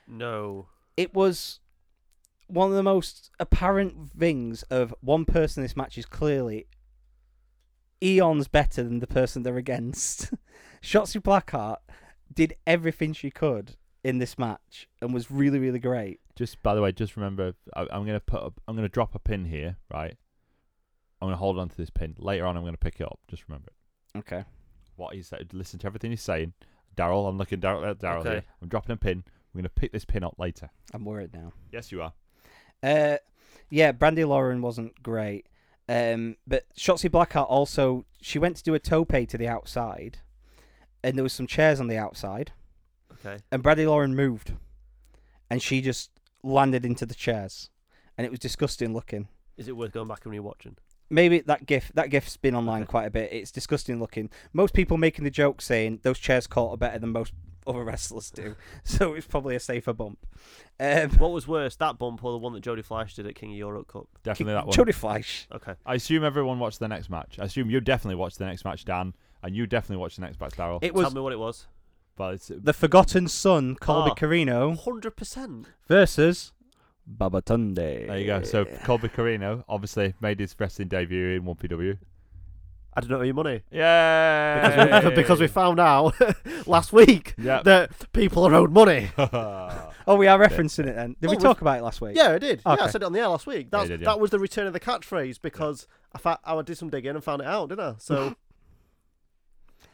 Speaker 5: No.
Speaker 4: It was one of the most apparent things of one person this match is clearly eons better than the person they're against. *laughs* Shotzi Blackheart did everything she could in this match and was really, really great.
Speaker 3: Just by the way, just remember, I, I'm gonna put, a, I'm gonna drop a pin here, right? I'm gonna hold on to this pin. Later on, I'm gonna pick it up. Just remember it.
Speaker 4: Okay.
Speaker 3: What he said. Listen to everything he's saying, Daryl. I'm looking Daryl at Daryl
Speaker 5: Okay.
Speaker 3: here. I'm dropping a pin. I'm gonna pick this pin up later.
Speaker 4: I'm worried now.
Speaker 3: Yes, you are.
Speaker 4: Uh, yeah, Brandy Lauren wasn't great. Um, but Shotzi Blackheart also she went to do a tope to the outside, and there was some chairs on the outside,
Speaker 5: Okay.
Speaker 4: and Brandy Lauren moved, and she just landed into the chairs, and it was disgusting looking.
Speaker 5: Is it worth going back and rewatching?
Speaker 4: Maybe that gif that gif's been online quite a bit. It's disgusting looking. Most people making the joke saying those chairs caught are better than most other wrestlers do, *laughs* so it's probably a safer bump. Um,
Speaker 5: What was worse, that bump or the one that Jodie Fleisch did at King of Europe Cup?
Speaker 3: Definitely that one.
Speaker 4: Jodie Fleisch.
Speaker 5: Okay.
Speaker 3: I assume everyone watched the next match. I assume you definitely watched the next match, Dan, and you definitely watched the next match, Daryl.
Speaker 4: It was
Speaker 5: Tell me what it was.
Speaker 3: But it's,
Speaker 4: the Forgotten Son, Colby
Speaker 5: Ah.
Speaker 4: Carino
Speaker 5: Hundred percent.
Speaker 4: versus Babatunde.
Speaker 3: there you go. So Colby Carino obviously made his wrestling debut in 1PW.
Speaker 5: I don't know your money
Speaker 3: Yeah.
Speaker 5: *laughs* because we found out *laughs* last week
Speaker 3: Yep.
Speaker 5: that people are owed money.
Speaker 3: *laughs*
Speaker 4: oh, we are referencing it then. Did
Speaker 5: Oh,
Speaker 4: we
Speaker 5: we-
Speaker 4: talk about it last week?
Speaker 5: Yeah, I did. Yeah, I
Speaker 4: Okay.
Speaker 5: said it on the air last week.
Speaker 3: Yeah, you
Speaker 5: That's,
Speaker 3: did, yeah.
Speaker 5: That was *laughs* the return of the catchphrase because I, fa- I did some digging and found it out, didn't I? So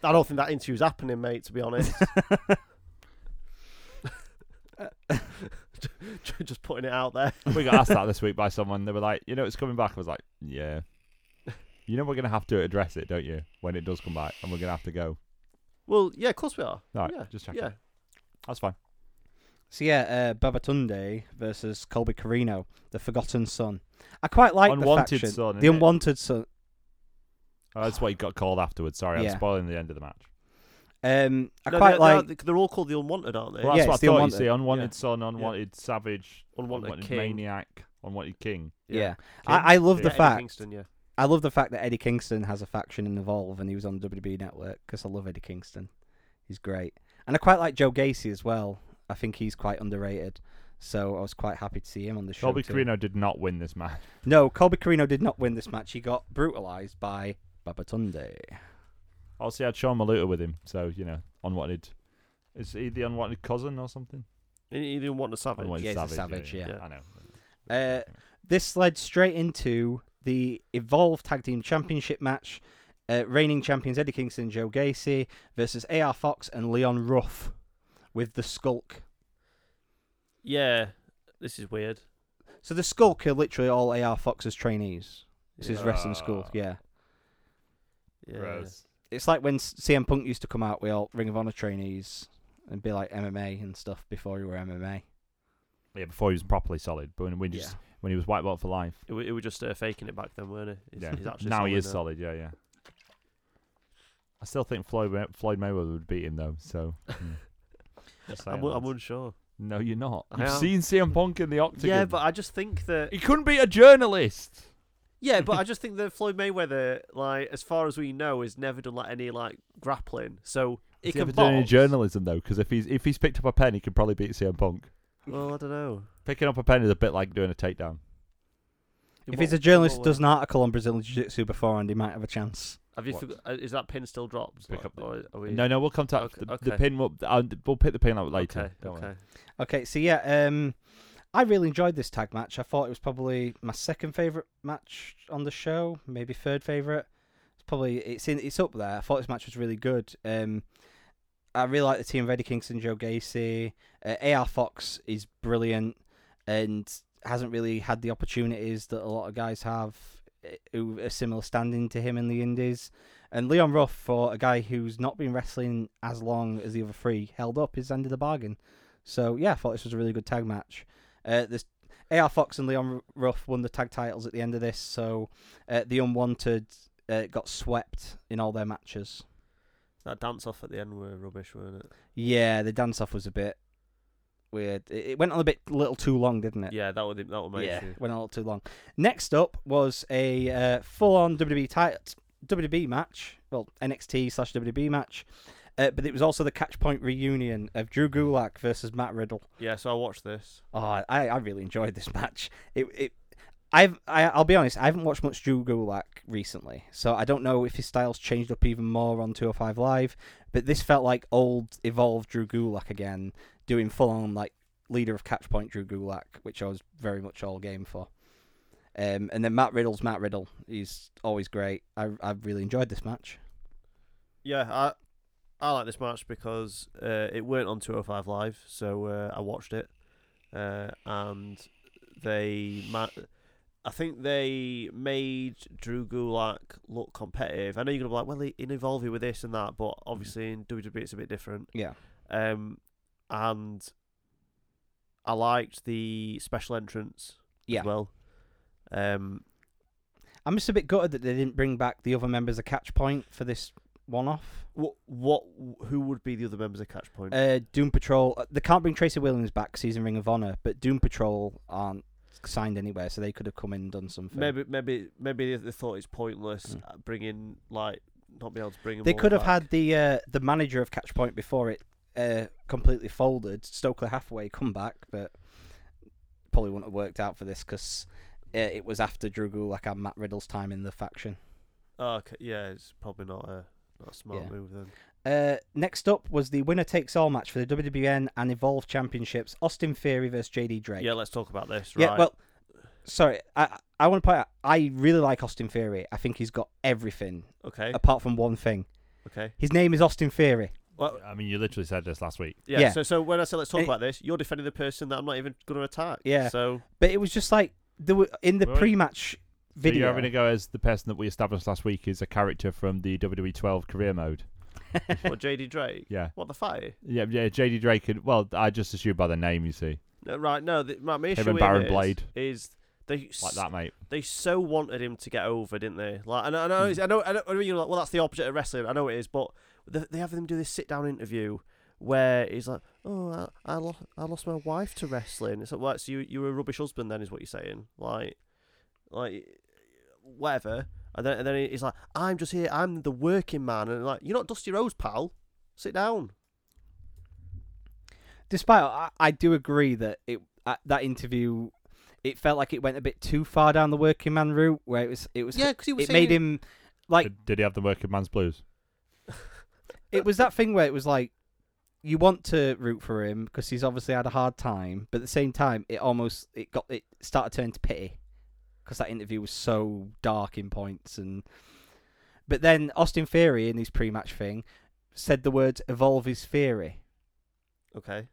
Speaker 5: I don't think that interview's happening, mate. To be *laughs* honest, Ju- just putting it out there.
Speaker 3: we got asked that this week by someone. They were like, you know, it's coming back. I was like, yeah. You know, we're going to have to address it, don't you, when it does come back? And we're going to have to go.
Speaker 5: Well, yeah, of course we are.
Speaker 3: All right,
Speaker 5: yeah,
Speaker 3: just checking.
Speaker 5: yeah.
Speaker 3: That's fine.
Speaker 4: So yeah, uh, Babatunde versus Colby Carino, the Forgotten Son. I quite like the
Speaker 3: Unwanted
Speaker 4: faction.
Speaker 3: son.
Speaker 4: the
Speaker 3: innit?
Speaker 4: Unwanted Son.
Speaker 3: Oh, that's what he got called afterwards. Sorry,
Speaker 4: Yeah.
Speaker 3: I'm spoiling the end of the match.
Speaker 4: Um, I
Speaker 5: No,
Speaker 4: quite
Speaker 5: they're,
Speaker 4: like.
Speaker 5: they're, they're all called the unwanted, aren't they?
Speaker 3: Well,
Speaker 4: Yeah,
Speaker 3: that's what
Speaker 4: it's the
Speaker 3: I thought.
Speaker 4: unwanted-
Speaker 3: you see, unwanted
Speaker 5: Uh, yeah.
Speaker 3: son, unwanted savage,
Speaker 5: Unwanted
Speaker 3: unwanted,
Speaker 5: king.
Speaker 3: maniac, unwanted king.
Speaker 4: yeah, I, I love the
Speaker 5: Eddie
Speaker 4: fact.
Speaker 5: Kingston, yeah.
Speaker 4: I love the fact that Eddie Kingston has a faction in Evolve, and he was on WB Network because I love Eddie Kingston. He's great, and I quite like Joe Gacy as well. I think he's quite underrated, so I was quite happy to see him on the show.
Speaker 3: Colby
Speaker 4: too.
Speaker 3: Carino did not win this match.
Speaker 4: No, Colby Carino did not win this match. He got brutalized by Babatunde.
Speaker 3: Also, he had Sean Maluta with him, so you know, unwanted. Is he the unwanted cousin or something?
Speaker 5: He he didn't want the savage.
Speaker 3: Unwanted
Speaker 4: Yeah, he's a
Speaker 3: savage.
Speaker 4: savage,
Speaker 3: yeah,
Speaker 4: yeah.
Speaker 3: I know.
Speaker 4: Uh, this led straight into the Evolve Tag Team Championship match. Uh, reigning champions Eddie Kingston and Joe Gacy versus AR Fox and Leon Ruff with the Skulk.
Speaker 5: Yeah, this is weird.
Speaker 4: So the Skulk are literally all AR Fox's trainees. This is wrestling school,
Speaker 3: Ah.
Speaker 4: yeah.
Speaker 5: Yeah.
Speaker 3: Rose.
Speaker 4: It's like when S- CM Punk used to come out with all Ring of Honor trainees and be like MMA and stuff before he were MMA.
Speaker 3: Yeah, before he was properly solid, but when, when, just, when he was white belt for life,
Speaker 5: It, wa- it was just uh, faking it back then, weren't it? It's,
Speaker 3: yeah.
Speaker 5: it's actually
Speaker 3: now he is
Speaker 5: now.
Speaker 3: solid. Yeah, yeah. I still think Floyd May- Floyd Mayweather would beat him though. So.
Speaker 5: *laughs*
Speaker 3: mm. Just saying,
Speaker 5: I'm, un- I'm
Speaker 3: lads.
Speaker 5: unsure.
Speaker 3: No, you're not.
Speaker 5: I
Speaker 3: You've
Speaker 5: am.
Speaker 3: seen CM Punk in the octagon.
Speaker 5: Yeah, but I just think
Speaker 4: *laughs*
Speaker 5: that.
Speaker 3: he couldn't be a journalist.
Speaker 5: Yeah, but I just think that Floyd Mayweather, like as far as we know, has never done like any like grappling. So
Speaker 3: Has
Speaker 5: it
Speaker 3: he
Speaker 5: can
Speaker 3: ever done any
Speaker 5: box.
Speaker 3: journalism though? Because if he's if he's picked up a pen, he could probably beat CM Punk.
Speaker 5: Well, I don't know.
Speaker 3: Picking up a pen is a bit like doing a takedown.
Speaker 5: In
Speaker 4: if
Speaker 5: what-
Speaker 4: he's a
Speaker 5: in
Speaker 4: journalist
Speaker 5: what
Speaker 4: who
Speaker 5: way?
Speaker 4: does an article on Brazilian Jiu Jitsu beforehand, he might have a chance.
Speaker 5: Have you
Speaker 3: What?
Speaker 5: forgo- uh, is that pin still dropped?
Speaker 3: Pick
Speaker 5: Like,
Speaker 3: up the-
Speaker 5: or are we...
Speaker 3: No, no, we'll come to
Speaker 5: Okay,
Speaker 3: the, the
Speaker 5: okay.
Speaker 3: pin. We'll, uh, we'll pick the pin up later.
Speaker 5: Okay,
Speaker 3: don't worry.
Speaker 5: okay.
Speaker 4: Okay, so yeah, um, I really enjoyed this tag match. I thought it was probably my second favorite match on the show, maybe third favorite. It's probably it's in it's up there. I thought this match was really good. Um, I really like the team of Eddie Kingston, Joe Gacy, uh, AR Fox is brilliant and hasn't really had the opportunities that a lot of guys have uh, who are similar standing to him in the Indies. And Leon Ruff, for a guy who's not been wrestling as long as the other three, held up his end of the bargain. So yeah, I thought this was a really good tag match. Uh, this AR Fox and Leon Ruff won the tag titles at the end of this, so uh, the Unwanted uh, got swept in all their matches.
Speaker 5: That dance off at the end were rubbish, weren't it?
Speaker 4: Yeah, the dance off was a bit weird. It, it went on a bit little too long, didn't it?
Speaker 5: Yeah, that would that would make
Speaker 4: yeah,
Speaker 5: you.
Speaker 4: went on a little too long. Next up was a uh, full-on WWE title, WWE match, well NXT slash WWE match, uh, but it was also the Catch Point reunion of Drew Gulak versus Matt Riddle.
Speaker 5: Yeah, so I watched this.
Speaker 4: Oh, I, I really enjoyed this match. It it I've I, I'll be honest, I haven't watched much Drew Gulak recently, so I don't know if his style's changed up even more on 205 Live. But this felt like old evolved Drew Gulak again, doing full on like leader of Catch Point Drew Gulak, which I was very much all game for. Um, and then Matt Riddle's Matt Riddle. He's always great. I I really enjoyed this match.
Speaker 5: Yeah, I I like this match because uh, it weren't on 205 Live, so uh, I watched it, uh, and they ma- I think they made Drew Gulak look competitive. I know you're gonna be like, well, in Evolve he with this and that, but obviously in WWE it's a bit different.
Speaker 4: Yeah.
Speaker 5: Um, and I liked the special entrance
Speaker 4: Yeah.
Speaker 5: as well. Um,
Speaker 4: I'm just a bit gutted that they didn't bring back the other members of Catch Point for this one off.
Speaker 5: what what who would be the other members of Catch Point?
Speaker 4: Uh, Doom Patrol. uh, They can't bring Tracy Williams back. 'cause He's in Ring of Honor, but Doom Patrol aren't signed anywhere, so they could have come in and done something.
Speaker 5: Maybe, maybe, maybe they, they thought it's pointless
Speaker 4: Mm.
Speaker 5: uh bringing like not being able to bring them.
Speaker 4: they
Speaker 5: all
Speaker 4: could have
Speaker 5: back.
Speaker 4: had the uh, the manager of Catch Point before it uh, completely folded. Stokely Hathaway come back, but probably wouldn't have worked out for this because uh, it was after Drew Gulak and Matt Riddle's time in the faction.
Speaker 5: Oh, okay. Yeah, it's probably not a not a smart
Speaker 4: Yeah.
Speaker 5: move then.
Speaker 4: Uh, next up was the winner takes all match for the WWN and Evolve Championships. Austin Theory versus JD Drake.
Speaker 5: Yeah, let's talk about this.
Speaker 4: Yeah,
Speaker 5: right.
Speaker 4: well, sorry, I I want to point out I really like Austin Theory. I think he's got everything
Speaker 3: uh,
Speaker 5: okay,
Speaker 4: apart from one thing.
Speaker 5: Okay.
Speaker 4: His name is Austin Theory.
Speaker 5: Well,
Speaker 3: I mean, you literally said this last week.
Speaker 5: yeah. Eh.
Speaker 4: yeah.
Speaker 5: So, so when I said let's talk
Speaker 4: It-
Speaker 5: about this, you're defending the person that I'm not even going to attack.
Speaker 4: Yeah.
Speaker 5: So
Speaker 4: But it was just like there were in the
Speaker 3: Right.
Speaker 4: pre-match
Speaker 3: Video. So
Speaker 4: video.
Speaker 3: you're having a go as the person that we established last week is a character from the WWE 12 career mode.
Speaker 4: *laughs*
Speaker 5: what, JD Drake?
Speaker 3: Yeah.
Speaker 5: What the fire?
Speaker 3: Yeah, yeah. JD Drake. Could, well, I just assumed by the name, you see,
Speaker 5: No, right. No. The, right. My issue
Speaker 3: and
Speaker 5: with
Speaker 3: Baron
Speaker 5: it is,
Speaker 3: Blade.
Speaker 5: is they
Speaker 3: like
Speaker 5: s-
Speaker 3: that, mate.
Speaker 5: they so wanted him to get over, didn't they? Like, and I know, I know, I know, I know, I know you're like, well, that's the opposite of wrestling. I know it is, but they, they have them do this sit down interview where he's like, oh, I, I, lo- I lost my wife to wrestling. It's like, well, so you, you were a rubbish husband then, is what you're saying. Like, like, whatever. And then, and then he's like, I'm just here, I'm the working man. And like, you're not Dusty Rose, pal. Sit down.
Speaker 4: Despite I, I do agree that it uh, that interview, it felt like it went a bit too far down the working man route where it was it was
Speaker 5: Yeah, because he was
Speaker 4: it made him like
Speaker 3: Did, did he have the working man's blues?
Speaker 4: it was that thing where it was like you want to root for him because he's obviously had a hard time, but at the same time it almost it got it started turning to pity because that interview was so dark in points and but then Austin Theory in his pre-match thing said the words evolve his theory.
Speaker 5: Okay.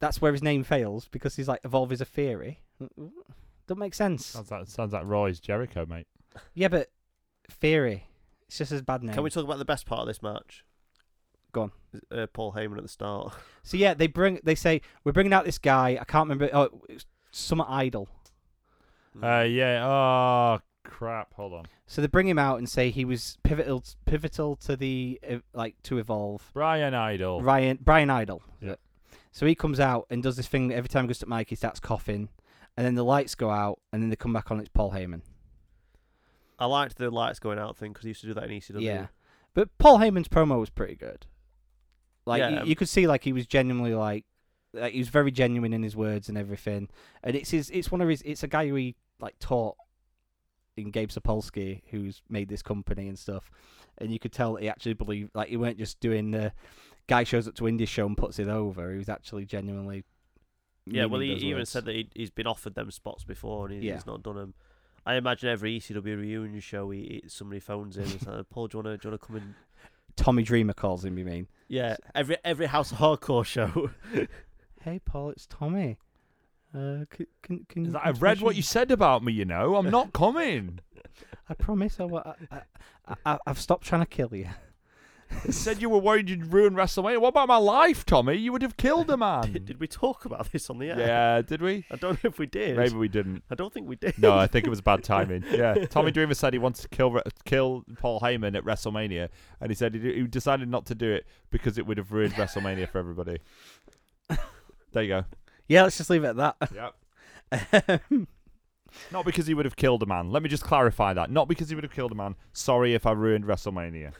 Speaker 4: That's where his name fails because he's like evolve is a theory. Don't make sense.
Speaker 3: Sounds like sounds like Roy's Jericho, mate.
Speaker 4: Yeah, but theory. It's just as bad name.
Speaker 5: Can we talk about the best part of this match?
Speaker 4: Go on.
Speaker 5: Uh, Paul Heyman at the start.
Speaker 4: So yeah, they bring they say we're bringing out this guy. I can't remember. Oh, it was Summer Idol.
Speaker 3: Uh, yeah. Oh crap! Hold on.
Speaker 4: So they bring him out and say he was pivotal pivotal to the uh, like to evolve.
Speaker 3: Brian Idol.
Speaker 4: Ryan Brian Idol. is
Speaker 3: Yeah.
Speaker 4: it? So he comes out and does this thing that every time he goes to Mike, he starts coughing, and then the lights go out, and then they come back on. It's Paul Heyman.
Speaker 5: I liked the lights going out thing because he used to do that in E ECW.
Speaker 4: Yeah, but Paul Heyman's promo was pretty good. Like
Speaker 5: Yeah.
Speaker 4: you, you could see, like he was genuinely like, like he was very genuine in his words and everything. And it's his, it's one of his, it's a guy who he like taught in Gabe Sapolsky, who's made this company and stuff. And you could tell that he actually believed, like he weren't just doing the guy shows up to indie show and puts it over. He was actually genuinely.
Speaker 5: Yeah, well, he
Speaker 4: meaning those
Speaker 5: even
Speaker 4: words.
Speaker 5: said that he, he's been offered them spots before and he,
Speaker 4: Yeah.
Speaker 5: he's not done them. I imagine every ECW reunion show, he, he- somebody phones in
Speaker 3: *laughs*
Speaker 5: and says, "Paul, do you want to do you want to come and?"
Speaker 4: Tommy Dreamer calls him. You mean?
Speaker 5: Yeah, every every House of Hardcore show. *laughs*
Speaker 4: Hey, Paul, it's Tommy. Uh, can can, can
Speaker 3: He's
Speaker 4: you
Speaker 3: like,
Speaker 4: come
Speaker 3: I've
Speaker 4: to my
Speaker 3: read what
Speaker 4: show?"
Speaker 3: you said about me. You know, I'm not coming.
Speaker 4: I promise I, wa- I, I, I, I've stopped trying to kill you. *laughs*
Speaker 3: You said you were worried you'd ruin WrestleMania. What about my life, Tommy? You would have killed a man.
Speaker 5: *laughs* did, did we talk about this on the
Speaker 3: Um, yeah.
Speaker 5: air?
Speaker 3: did we?
Speaker 5: *laughs* I don't know if we did.
Speaker 3: Maybe we didn't.
Speaker 5: I don't think we did.
Speaker 3: No, I think it was bad timing. Yeah, Tommy Dreamer said he wants to kill Re- kill Paul Heyman at WrestleMania, and he said he, d- he decided not to do it because it would have ruined WrestleMania for everybody. There you go.
Speaker 4: Yeah, let's just leave it at
Speaker 3: Yeah.
Speaker 4: that.
Speaker 3: Not because he would have killed a man. Let me just clarify that. Not because he would have killed a man. Sorry if I ruined WrestleMania.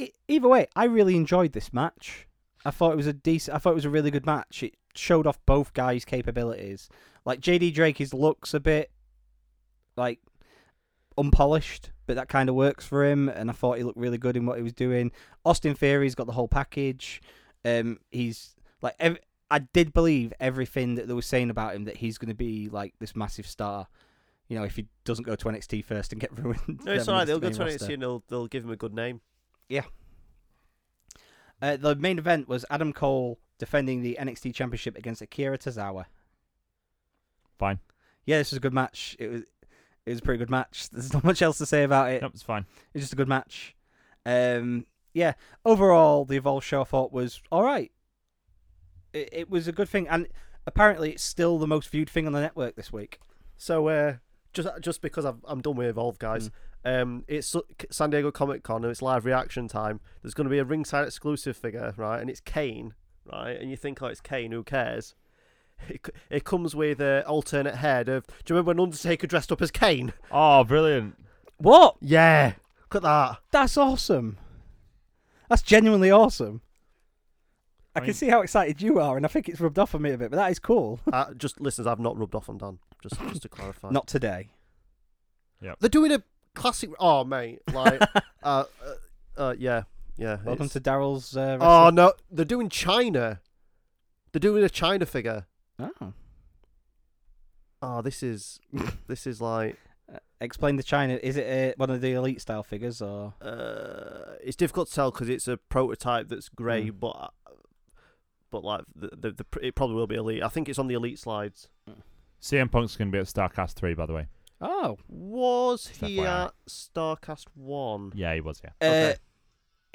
Speaker 4: E- Either way, I really enjoyed this match. I thought it was a decent. I thought it was a really good match. It showed off both guys' capabilities. Like JD Drake, his looks a bit like unpolished, but that kind of works for him. And I thought he looked really good in what he was doing. Austin Theory's got the whole package. Um, he's like ev- I did believe everything that they were saying about him that he's going to be like this massive star. You know, if he doesn't go to NXT first and get *laughs* ruined.
Speaker 5: *laughs* No, it's
Speaker 4: then on
Speaker 5: alright.
Speaker 4: the
Speaker 5: They'll go
Speaker 4: main
Speaker 5: to
Speaker 4: roster.
Speaker 5: NXT and they'll they'll give him a good name.
Speaker 4: Uh, the main event was Adam Cole defending the NXT Championship against Akira Tozawa.
Speaker 3: Fine.
Speaker 4: Yeah, this was a good match. It was it was a pretty good match. *laughs* There's not much else to say about it.
Speaker 3: Nope, it's fine.
Speaker 4: It was just a good match. Um, yeah, overall the Evolve show I thought was all right. It, it was a good thing, and apparently it's still the most viewed thing on the network this week.
Speaker 5: So uh, just just because I've, I'm done with Evolve, guys.
Speaker 4: Mm.
Speaker 5: Um, it's Su- San Diego Comic Con and it's live reaction time. There's going to be a ringside exclusive figure, right? And it's Kane, right? And you think, oh, it's Kane. Who cares? *laughs* It, c- it comes with an alternate head of. Do you remember when Undertaker dressed up as Kane?
Speaker 3: Oh, brilliant.
Speaker 4: What?
Speaker 5: Yeah. Look at that.
Speaker 4: That's awesome. That's genuinely awesome. I,
Speaker 3: I
Speaker 4: can
Speaker 3: mean-
Speaker 4: see how excited you are, and I think it's rubbed off on me a bit, but that is cool.
Speaker 5: Uh, just listeners, I've not rubbed off on Dan. Just just to clarify.
Speaker 4: Not today.
Speaker 5: They're doing a classic. Oh, mate. *laughs* Like, uh, uh, uh, yeah, yeah.
Speaker 4: *laughs* Welcome
Speaker 5: it's-
Speaker 4: to Daryl's. Uh,
Speaker 5: Oh
Speaker 4: wrestling-
Speaker 5: no, they're doing China. They're doing a China figure.
Speaker 4: Oh.
Speaker 5: *laughs* Oh, this is this is like
Speaker 4: Uh, Explain the China. Is it uh, one of the elite style figures or?
Speaker 5: Uh, it's difficult to tell because it's a prototype that's grey,
Speaker 4: Mm.
Speaker 5: but I- but like the, the the pr- it probably will be elite. I think it's on the elite slides.
Speaker 3: CM Punk's going to be at StarCast 3, by the way.
Speaker 4: Oh,
Speaker 5: Was
Speaker 3: It's
Speaker 5: he
Speaker 3: FYI.
Speaker 5: at Starcast One?
Speaker 3: Yeah, he was, yeah.
Speaker 5: Okay.
Speaker 4: Uh,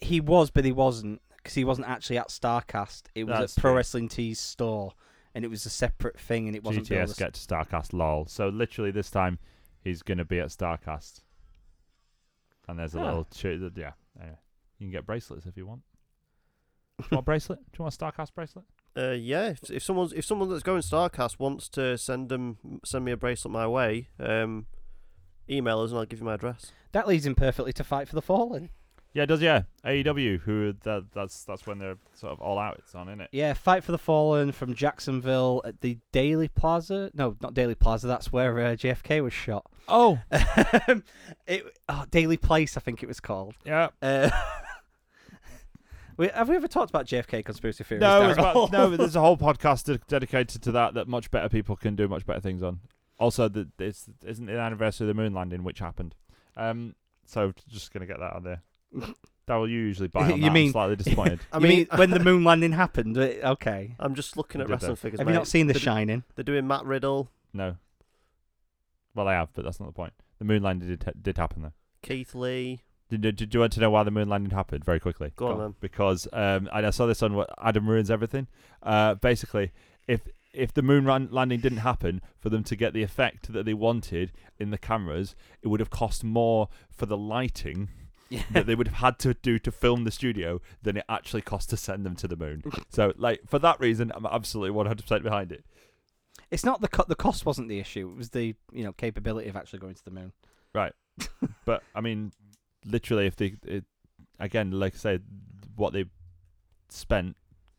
Speaker 4: he was, but he wasn't because he wasn't actually at StarCast. It was
Speaker 3: That's
Speaker 4: at Pro
Speaker 3: true.
Speaker 4: Wrestling Tees store, and it was a separate thing, and it wasn't. the
Speaker 3: GTS
Speaker 4: oldest-
Speaker 3: get to StarCast lol. So literally this time he's going to be at StarCast. And there's a
Speaker 4: Ah.
Speaker 3: little chi- th- yeah. Anyway, you can get bracelets if you want.
Speaker 4: *laughs*
Speaker 3: Do you want a bracelet? Do you want a StarCast bracelet?
Speaker 5: Uh, yeah. If, if someone's if someone that's going Starcast wants to send them send me a bracelet my way, um, email us and I'll give you my address.
Speaker 4: That leads him perfectly to fight for the Fallen.
Speaker 3: Yeah, it does yeah. AEW who that, that's that's when they're sort of all out it's on, isn't it?
Speaker 4: Yeah, fight for the Fallen from Jacksonville at the Daily Plaza. No, not Daily Plaza. That's where uh, JFK was shot. *laughs* Um,
Speaker 3: Oh,
Speaker 4: it oh, Daily Place, I think it was called.
Speaker 3: yeah.
Speaker 4: Uh, *laughs* we, have we ever talked about JFK conspiracy theories?
Speaker 3: No, it's
Speaker 4: Daryl?
Speaker 3: about,
Speaker 4: *laughs*
Speaker 3: no, but there's a whole podcast de- dedicated to that that much better people can do much better things on. Also, the, it's isn't it the anniversary of the moon landing, which happened. Um, so just gonna get that
Speaker 4: *laughs*
Speaker 3: out there. Daryl, you usually buy on
Speaker 4: You
Speaker 3: that. I'm
Speaker 4: mean-
Speaker 3: slightly disappointed.
Speaker 5: I
Speaker 4: You
Speaker 5: *laughs* mean,
Speaker 4: when the
Speaker 3: *laughs*
Speaker 4: moon landing happened. it- Okay.
Speaker 5: I'm just looking at
Speaker 3: Did
Speaker 5: wrestling
Speaker 3: they?
Speaker 5: figures.
Speaker 4: Have
Speaker 5: mate.
Speaker 4: you not seen The
Speaker 3: *laughs*
Speaker 5: Did-
Speaker 4: Shining?
Speaker 5: They're doing Matt Riddle,
Speaker 3: no. Well, I have, but that's not the point. The moon landing did ha- did happen though.
Speaker 5: Keith Lee.
Speaker 3: Did, did, did you want to know why the moon landing happened? Very quickly.
Speaker 5: Go on, then.
Speaker 3: Because um, and I saw this on what Adam ruins everything. Uh, basically, if if the moon ran- landing didn't happen, for them to get the effect that they wanted in the cameras, it would have cost more for the *laughs* lighting that they would have had to do to film the studio than it actually cost to send them to the *laughs* moon. so, like for that reason, I'm absolutely 100 percent behind it.
Speaker 4: It's not the co- the cost wasn't the issue. It was the you know capability of actually going to the moon.
Speaker 3: But I mean, literally, if they it, again, like I say, what they spent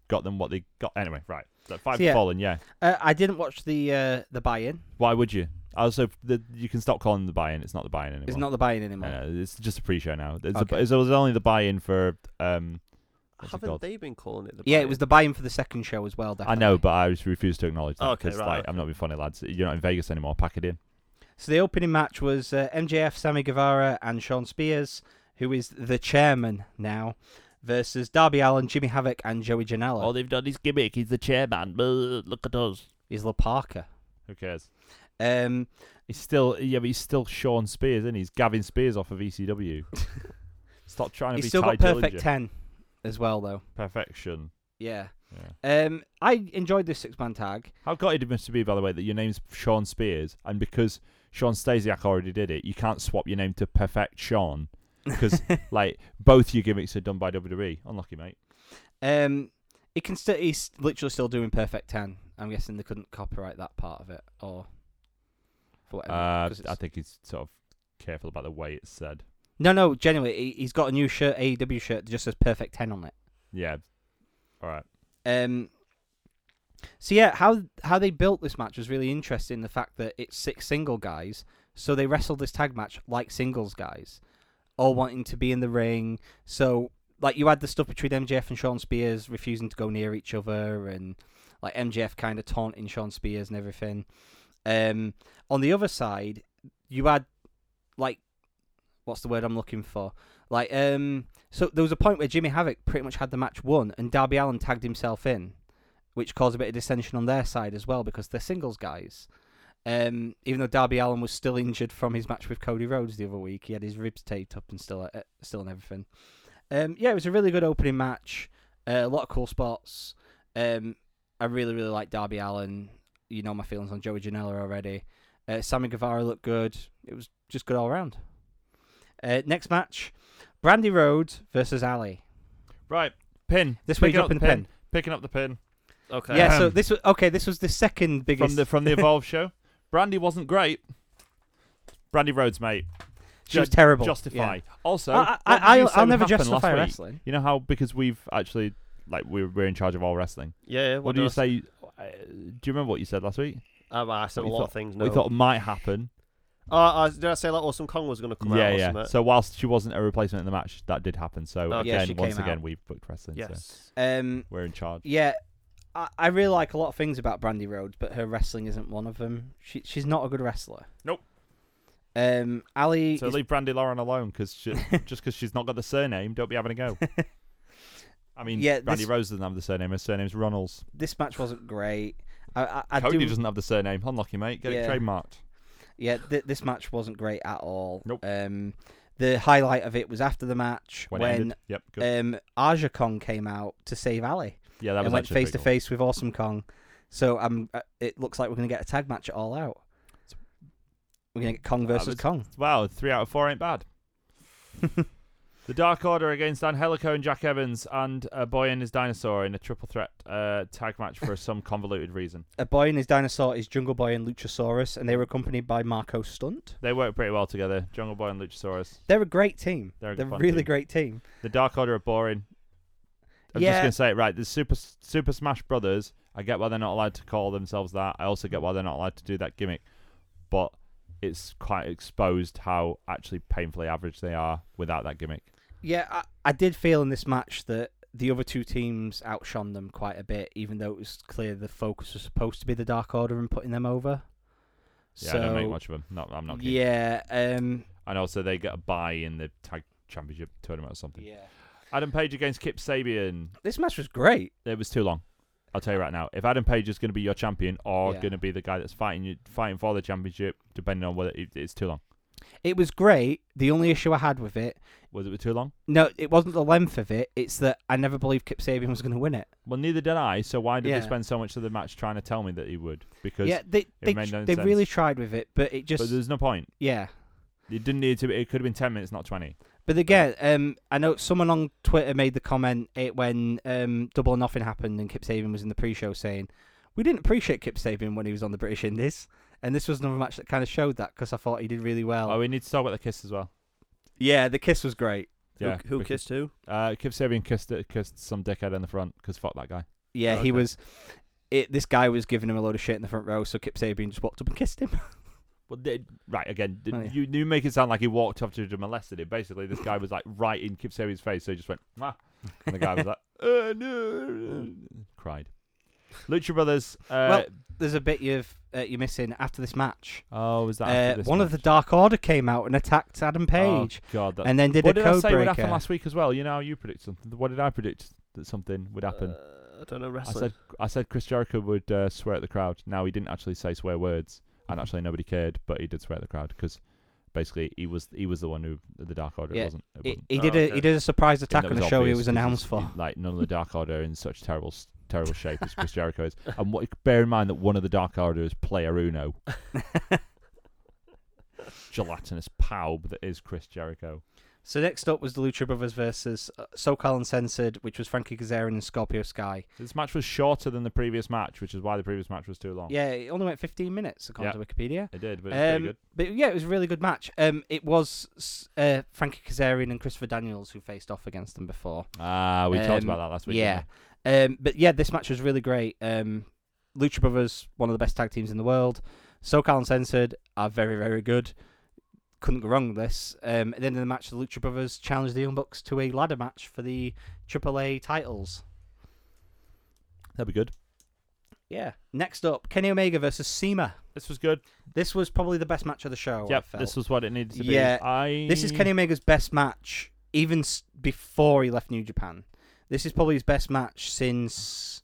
Speaker 3: got them what they got. Anyway, right. That five
Speaker 4: So, yeah.
Speaker 3: fallen, yeah.
Speaker 4: Uh, I didn't watch the uh, the buy-in.
Speaker 3: Why would you? Also, the, you can stop calling them the buy-in. It's not the buy-in anymore.
Speaker 4: It's not the buy-in anymore.
Speaker 3: Uh, it's just a pre-show now. It's
Speaker 4: Okay.
Speaker 3: a, it was only the buy-in for. Um, What's it
Speaker 5: Haven't
Speaker 3: called?
Speaker 5: they been calling it the?
Speaker 4: yeah,
Speaker 5: buy-in?
Speaker 4: it was the buy-in for the second show as well.
Speaker 3: I
Speaker 4: Definitely.
Speaker 3: know, but I just refuse to acknowledge that
Speaker 5: Okay,
Speaker 3: because
Speaker 5: right,
Speaker 3: like
Speaker 5: okay.
Speaker 3: I'm not being funny, lads. You're not in Vegas anymore. Pack it in.
Speaker 4: So the opening match was uh, MJF, Sammy Guevara, and Sean Spears, who is the chairman now, versus Darby Allen, Jimmy Havoc, and Joey Janela.
Speaker 3: they've done is gimmick. He's the chairman. Look at us.
Speaker 4: He's La Parker.
Speaker 3: Who cares?
Speaker 4: Um,
Speaker 3: He's still yeah, but he's still Sean Spears, isn't he? He's Gavin Spears off of
Speaker 4: *laughs*
Speaker 3: ECW. Stop trying to
Speaker 4: he's
Speaker 3: be
Speaker 4: still
Speaker 3: Ty
Speaker 4: got perfect
Speaker 3: Dillinger.
Speaker 4: ten as well, though.
Speaker 3: perfection.
Speaker 4: Yeah.
Speaker 3: Yeah.
Speaker 4: Um, I enjoyed this six-man tag.
Speaker 3: How got it must be, by the way, that your name's Sean Spears, and because Sean Stasiak already did it, you can't swap your name to Perfect Sean because like both your gimmicks are done by WWE. Unlucky, mate.
Speaker 4: *laughs* Um, it can still. He's literally still doing perfect ten. I'm guessing they couldn't copyright that part of it, or for whatever.
Speaker 3: Uh,
Speaker 4: Um, 'cause
Speaker 3: I
Speaker 4: it's-
Speaker 3: think he's sort of careful about the way it's said.
Speaker 4: no, no. Genuinely, he, he's got a new shirt, AEW shirt, that just says perfect ten on it.
Speaker 3: Yeah. All right.
Speaker 4: Um. So yeah, how how they built this match was really interesting. The fact that it's six single guys, so they wrestled this tag match like singles guys, all wanting to be in the ring. So like you had the stuff between MJF and Sean Spears refusing to go near each other, and like MJF kind of taunting Sean Spears and everything. Um, on the other side, you had like what's the word I'm looking for? Like um, so there was a point where Jimmy Havoc pretty much had the match won, and Darby Allen tagged himself in, which caused a bit of dissension on their side as well because they're singles guys. Um, even though Darby Allen was still injured from his match with Cody Rhodes the other week, he had his ribs taped up and still, uh, still and everything. Um, yeah, it was a really good opening match. Uh, a lot of cool spots. Um, I really, really like Darby Allen. You know my feelings on Joey Janela already. Uh, Sammy Guevara looked good. It was just good all round. Uh, next match, Brandy Rhodes versus Ali.
Speaker 3: Right. Pin.
Speaker 4: This
Speaker 3: Picking
Speaker 4: week
Speaker 3: up
Speaker 4: up in
Speaker 3: the
Speaker 4: the pen.
Speaker 3: Picking up the pin
Speaker 5: okay.
Speaker 4: Yeah, so
Speaker 3: Um,
Speaker 4: this was okay. This was the second biggest.
Speaker 3: from the
Speaker 4: *laughs*
Speaker 3: from the Evolve show. Brandy wasn't great. Brandy Rhodes, mate.
Speaker 4: she was terrible.
Speaker 3: Justify.
Speaker 4: Yeah.
Speaker 3: Also,
Speaker 4: I,
Speaker 3: what did
Speaker 4: I, I,
Speaker 3: you
Speaker 4: I'll,
Speaker 3: say
Speaker 4: I'll
Speaker 3: would
Speaker 4: never
Speaker 3: happen last
Speaker 4: justify
Speaker 3: week?
Speaker 4: wrestling.
Speaker 3: You know how because we've actually like we're we're in charge of all wrestling.
Speaker 5: Yeah. yeah,
Speaker 3: What, do
Speaker 5: did
Speaker 3: you
Speaker 5: I
Speaker 3: say? you- uh, do you remember what you said last week?
Speaker 5: Um, I said
Speaker 3: What
Speaker 5: a
Speaker 3: you
Speaker 5: lot
Speaker 3: thought-
Speaker 5: of things. No.
Speaker 3: What you thought might happen.
Speaker 5: Oh, uh, did I say like Awesome Kong was going to come
Speaker 3: yeah,
Speaker 5: out? or
Speaker 3: yeah.
Speaker 5: something?
Speaker 3: So whilst she wasn't a replacement in the match, that did happen. So
Speaker 5: Oh,
Speaker 4: yeah,
Speaker 3: again,
Speaker 4: she
Speaker 3: once
Speaker 4: came
Speaker 3: again,
Speaker 4: out.
Speaker 3: we've booked wrestling. So
Speaker 5: Yes.
Speaker 4: Um,
Speaker 3: we're in charge.
Speaker 4: yeah, I, I really like a lot of things about Brandy Rhodes, but her wrestling isn't one of them. She she's not a good wrestler.
Speaker 3: Nope.
Speaker 4: Um, Ali.
Speaker 3: So
Speaker 4: is-
Speaker 3: leave Brandy Lauren alone, because
Speaker 4: *laughs*
Speaker 3: just because she's not got the surname, don't be having a go. I mean,
Speaker 4: Yeah,
Speaker 3: Brandy
Speaker 4: this-
Speaker 3: Rose doesn't have the surname. Her surname's Ronalds.
Speaker 4: this match wasn't great. I, I, I
Speaker 3: Cody
Speaker 4: do.
Speaker 3: doesn't have the surname. Unlucky, mate. Get
Speaker 4: Yeah.
Speaker 3: it trademarked.
Speaker 4: Yeah, th- this match wasn't great at all.
Speaker 3: Nope.
Speaker 4: Um, the highlight of it was after the match
Speaker 3: When,
Speaker 4: when,
Speaker 3: it ended. Yep. Good.
Speaker 4: um Aja Kong came out to save Ali
Speaker 3: yeah, that was
Speaker 4: and went
Speaker 3: actually
Speaker 4: face to
Speaker 3: pretty
Speaker 4: face with Awesome Kong. So um, uh, it looks like we're gonna get a tag match at all out. We're gonna get Kong versus
Speaker 3: was-
Speaker 4: Kong.
Speaker 3: cool. Wow, three out of four ain't bad. *laughs* The Dark Order against Angelico and Jack Evans and a boy and his dinosaur in a triple threat uh, tag match for
Speaker 4: *laughs*
Speaker 3: some convoluted reason.
Speaker 4: a boy and his dinosaur is Jungle Boy and Luchasaurus, and they were accompanied by Marco Stunt.
Speaker 3: They work pretty well together. Jungle Boy and Luchasaurus.
Speaker 4: They're a great team.
Speaker 3: They're a
Speaker 4: They're a
Speaker 3: fun
Speaker 4: really
Speaker 3: team.
Speaker 4: great team.
Speaker 3: The Dark Order are boring. I'm just
Speaker 4: Yeah.
Speaker 3: gonna say it right. The Super Super Smash Brothers. I get why they're not allowed to call themselves that. I also get why they're not allowed to do that gimmick, but it's quite exposed how actually painfully average they are without that gimmick.
Speaker 4: Yeah, I, I did feel in this match that the other two teams outshone them quite a bit, even though it was clear the focus was supposed to be the Dark Order and putting them over.
Speaker 3: Yeah,
Speaker 4: so,
Speaker 3: I don't make much of them. Not, I'm not. Keen.
Speaker 4: yeah, um,
Speaker 3: And also they get a bye in the tag championship tournament or something.
Speaker 4: yeah.
Speaker 3: Adam Page against Kip Sabian.
Speaker 4: This match was great.
Speaker 3: It was too long. I'll tell you right now. If Adam Page is going to be your champion or
Speaker 4: Yeah.
Speaker 3: going to be the guy that's fighting you, fighting for the championship, depending on whether it, it's too long.
Speaker 4: It was great. The only issue I had with it,
Speaker 3: Was it too long?
Speaker 4: no, it wasn't the length of it. It's that I never believed Kip Sabian was going to win it.
Speaker 3: Well, neither did I. So why did
Speaker 4: Yeah.
Speaker 3: they spend so much of the match trying to tell me that he would? Because
Speaker 4: Yeah, they they,
Speaker 3: made no
Speaker 4: they
Speaker 3: sense.
Speaker 4: really tried with it, but it just
Speaker 3: but there's no point.
Speaker 4: yeah.
Speaker 3: It didn't need to. Be, it could have been ten minutes, not twenty.
Speaker 4: But again, um, I know someone on Twitter made the comment it when um, Double or Nothing happened and Kip Sabian was in the pre-show saying, "We didn't appreciate Kip Sabian when he was on the British Indies," and this was another match that kind of showed that because I thought he did really well.
Speaker 3: Oh, we need to talk about the kiss as well.
Speaker 4: yeah, the kiss was great.
Speaker 3: Yeah,
Speaker 5: who, who
Speaker 3: because-
Speaker 5: kissed who?
Speaker 3: Uh, Kip Sabian kissed kissed some dickhead in the front because fuck that guy.
Speaker 4: Yeah,
Speaker 3: Okay.
Speaker 4: he was. It, this guy was giving him a load of shit in the front row, so Kip Sabian just walked up and kissed him.
Speaker 3: Well, they, right again, did,
Speaker 4: Oh, yeah.
Speaker 3: you you make it sound like he walked up to him and molested him. Basically, this guy was like right in Kip Sabian's face, so he just went, "Mwah," and the guy
Speaker 4: *laughs*
Speaker 3: was like, uh, no, cried. Lucha Brothers. Uh,
Speaker 4: Well- There's a bit you've uh, you're missing after this match.
Speaker 3: oh, was that
Speaker 4: Uh,
Speaker 3: after this
Speaker 4: one of the
Speaker 3: match?
Speaker 4: Dark Order came out and attacked Adam
Speaker 3: Oh,
Speaker 4: Page,
Speaker 3: God, that's
Speaker 4: and then did
Speaker 3: what
Speaker 4: a
Speaker 3: did I
Speaker 4: code
Speaker 3: say would happen
Speaker 4: breaker.
Speaker 3: last week as well? You know how you predict something. What did I predict that something would happen?
Speaker 5: Uh, I don't know
Speaker 3: I
Speaker 5: wrestling.
Speaker 3: said I said Chris Jericho would uh, swear at the crowd. Now he didn't actually say swear words,
Speaker 4: Mm-hmm.
Speaker 3: and actually nobody cared, but he did swear at the crowd because basically he was he was the one who the Dark Order.
Speaker 4: Yeah,
Speaker 3: it wasn't. It
Speaker 4: He,
Speaker 3: wasn't.
Speaker 4: he
Speaker 5: Oh,
Speaker 4: did a
Speaker 5: okay.
Speaker 4: he did a surprise
Speaker 3: I think
Speaker 4: attack
Speaker 3: that
Speaker 4: on the show he
Speaker 3: obvious
Speaker 4: was
Speaker 3: 'cause
Speaker 4: announced
Speaker 3: it's-
Speaker 4: for.
Speaker 3: Like none of the Dark Order are in such terrible s- terrible shape as
Speaker 4: *laughs*
Speaker 3: Chris Jericho is. And what, bear in mind that one of the Dark Order is Player
Speaker 4: *laughs*
Speaker 3: Uno, gelatinous paub that is Chris Jericho.
Speaker 4: so next up was the Lucha Brothers versus uh, SoCal Uncensored, which was Frankie Kazarian and Scorpio Sky.
Speaker 3: This match was shorter than the previous match, which is why the previous match was too long.
Speaker 4: Yeah, it only went 15 minutes according
Speaker 3: Oh. Yeah.
Speaker 4: to Wikipedia.
Speaker 3: It did, but it's pretty
Speaker 4: Um,
Speaker 3: good.
Speaker 4: but yeah, it was a really good match. Um, it was s- uh, Frankie Kazarian and Christopher Daniels who faced off against them before.
Speaker 3: Ah, we talked
Speaker 4: um,
Speaker 3: about that last week.
Speaker 4: yeah,
Speaker 3: didn't
Speaker 4: um, but yeah, this match was really great. Um, Lucha Brothers, one of the best tag teams in the world. SoCal Uncensored are very very good. Couldn't go wrong with this. Um, at the end of the match, the Lucha Brothers challenged the Young Bucks to a ladder match for the AAA titles.
Speaker 3: we? That'd be good.
Speaker 4: Yeah. Next up, Kenny Omega versus SEMA.
Speaker 3: This was good.
Speaker 4: This was probably the best match of the show. Oh, I
Speaker 3: yep,
Speaker 4: felt.
Speaker 3: this was what it needed to be.
Speaker 4: Yeah,
Speaker 3: I...
Speaker 4: This is Kenny Omega's best match, even s- before he left New Japan. This is probably his best match since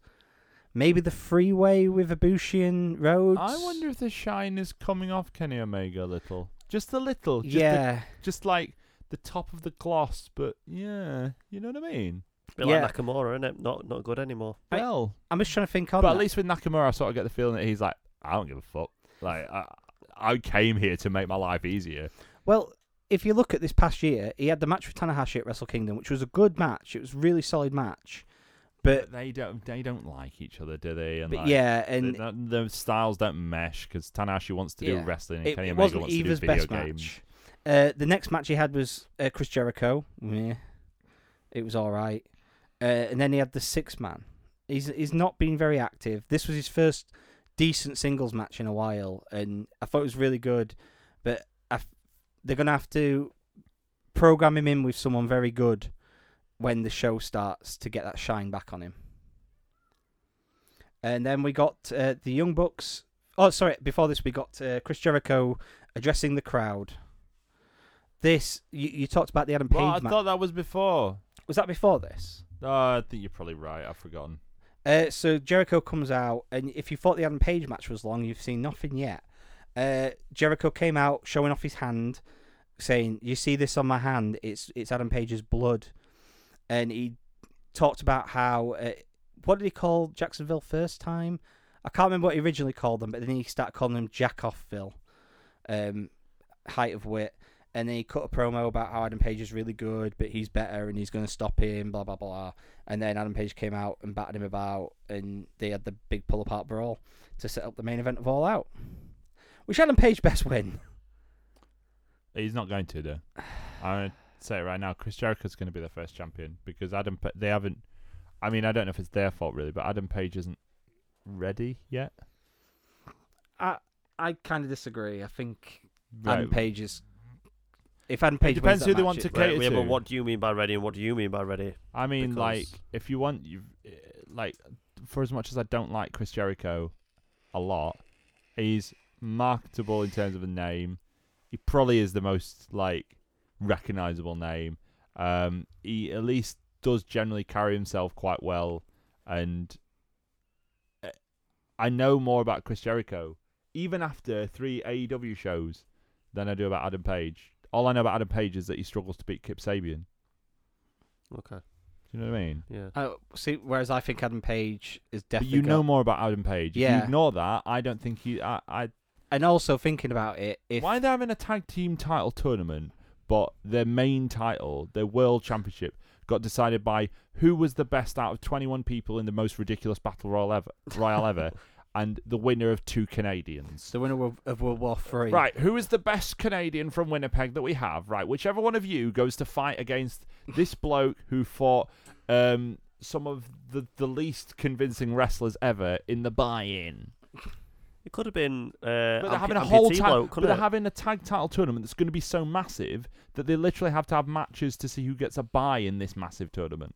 Speaker 4: maybe the freeway with Ibushi and Rhodes.
Speaker 3: I wonder if the shine is coming off Kenny Omega a little. Just a little. Just a-
Speaker 4: yeah,
Speaker 3: just like the top of the gloss, but yeah, you know what I mean?
Speaker 5: bit
Speaker 4: yeah.
Speaker 5: like Nakamura, innit? Not not good anymore.
Speaker 4: I-
Speaker 3: Well,
Speaker 4: I'm just trying to think on.
Speaker 3: but at
Speaker 4: that.
Speaker 3: least with Nakamura, I sort of get the feeling that he's like, I don't give a fuck. Like, I, I came here to make my life easier.
Speaker 4: well, if you look at this past year, he had the match with Tanahashi at Wrestle Kingdom, which was a good match. It was a really solid match, but
Speaker 3: But they don't, they don't like each other, do they? And
Speaker 4: but
Speaker 3: like,
Speaker 4: yeah,
Speaker 3: the-
Speaker 4: and
Speaker 3: the, the styles don't mesh because Tanahashi wants to do
Speaker 4: Yeah.
Speaker 3: wrestling, and
Speaker 4: it,
Speaker 3: Kenny
Speaker 4: it
Speaker 3: Omega
Speaker 4: wasn't
Speaker 3: wants to do
Speaker 4: Eva's
Speaker 3: video
Speaker 4: best
Speaker 3: games.
Speaker 4: match. Uh, the next match he had was uh, Chris Jericho. Yeah, it was all right. Uh, and then he had the six man. He's he's not been very active. This was his first decent singles match in a while, and I thought it was really good. But I f- they're gonna have to program him in with someone very good when the show starts to get that shine back on him. And then we got uh, the Young Bucks Oh, sorry. Before this, we got uh, Chris Jericho addressing the crowd. This you, you talked about the Adam Page
Speaker 3: Well, I
Speaker 4: match.
Speaker 3: thought that was before.
Speaker 4: Was that before this?
Speaker 3: No, I think you're probably right. I've forgotten.
Speaker 4: Uh, so Jericho comes out, and if you thought the Adam Page match was long, you've seen nothing yet. Uh, Jericho came out showing off his hand, saying, "You see this on my hand? It's it's Adam Page's blood," and he talked about how uh, what did he call Jacksonville first time? I can't remember what he originally called them, but then he started calling them Jackoffville, um, height of wit. And then he cut a promo about how Adam Page is really good, but he's better and he's going to stop him, blah, blah, blah. And then Adam Page came out and battered him about, and they had the big pull apart brawl to set up the main event of All Out. Which Adam Page best win?
Speaker 3: He's not going to, though. *sighs* I'm going to say it right now. Chris Jericho's going to be their first champion because Adam. Pa- they haven't. I mean, I don't know if it's their fault really, but Adam Page isn't ready yet.
Speaker 4: I I kind of disagree. I think Adam
Speaker 3: Right.
Speaker 4: Page is. If Adam Page
Speaker 3: depends
Speaker 4: wins that
Speaker 3: who they
Speaker 4: match,
Speaker 3: want
Speaker 4: it-
Speaker 3: to
Speaker 5: Right,
Speaker 3: cater
Speaker 5: yeah,
Speaker 3: to.
Speaker 5: but what do you mean by ready and what do you mean by ready?
Speaker 3: I mean,
Speaker 5: Because-
Speaker 3: like, if you want, you like, for as much as I don't like Chris Jericho a lot, he's marketable in terms of a name. He probably is the most like recognizable name. Um, he at least does generally carry himself quite well, and uh, I know more about Chris Jericho even after three AEW shows than I do about Adam Page. All I know about Adam Page is that he struggles to beat Kip Sabian.
Speaker 5: Okay.
Speaker 3: Do you know what I mean?
Speaker 5: Yeah.
Speaker 4: Uh, see, whereas I think Adam Page is
Speaker 3: But
Speaker 4: definitely.
Speaker 3: you know
Speaker 4: got-
Speaker 3: more about Adam Page. If you
Speaker 4: Yeah.
Speaker 3: ignore that, I don't think you. I. I
Speaker 4: and also thinking about it, if
Speaker 3: why are they having a tag team title tournament, but their main title, their world championship, got decided by who was the best out of 21 people in the most ridiculous battle royal ever, royal
Speaker 4: *laughs*
Speaker 3: ever, and the winner of two Canadians.
Speaker 4: the winner of, of World War Three,
Speaker 3: Right, who is the best Canadian from Winnipeg that we have? Right, whichever one of you goes to fight against this bloke who fought um, some of the, the least convincing wrestlers ever in the buy-in.
Speaker 5: It could have been. Uh,
Speaker 3: But
Speaker 5: ampu-
Speaker 3: they're having a
Speaker 5: amputee
Speaker 3: whole tag,
Speaker 5: bloke,
Speaker 3: but
Speaker 5: couldn't
Speaker 3: they're
Speaker 5: it?
Speaker 3: having a tag title tournament that's going to be so massive that they literally have to have matches to see who gets a bye in this massive tournament.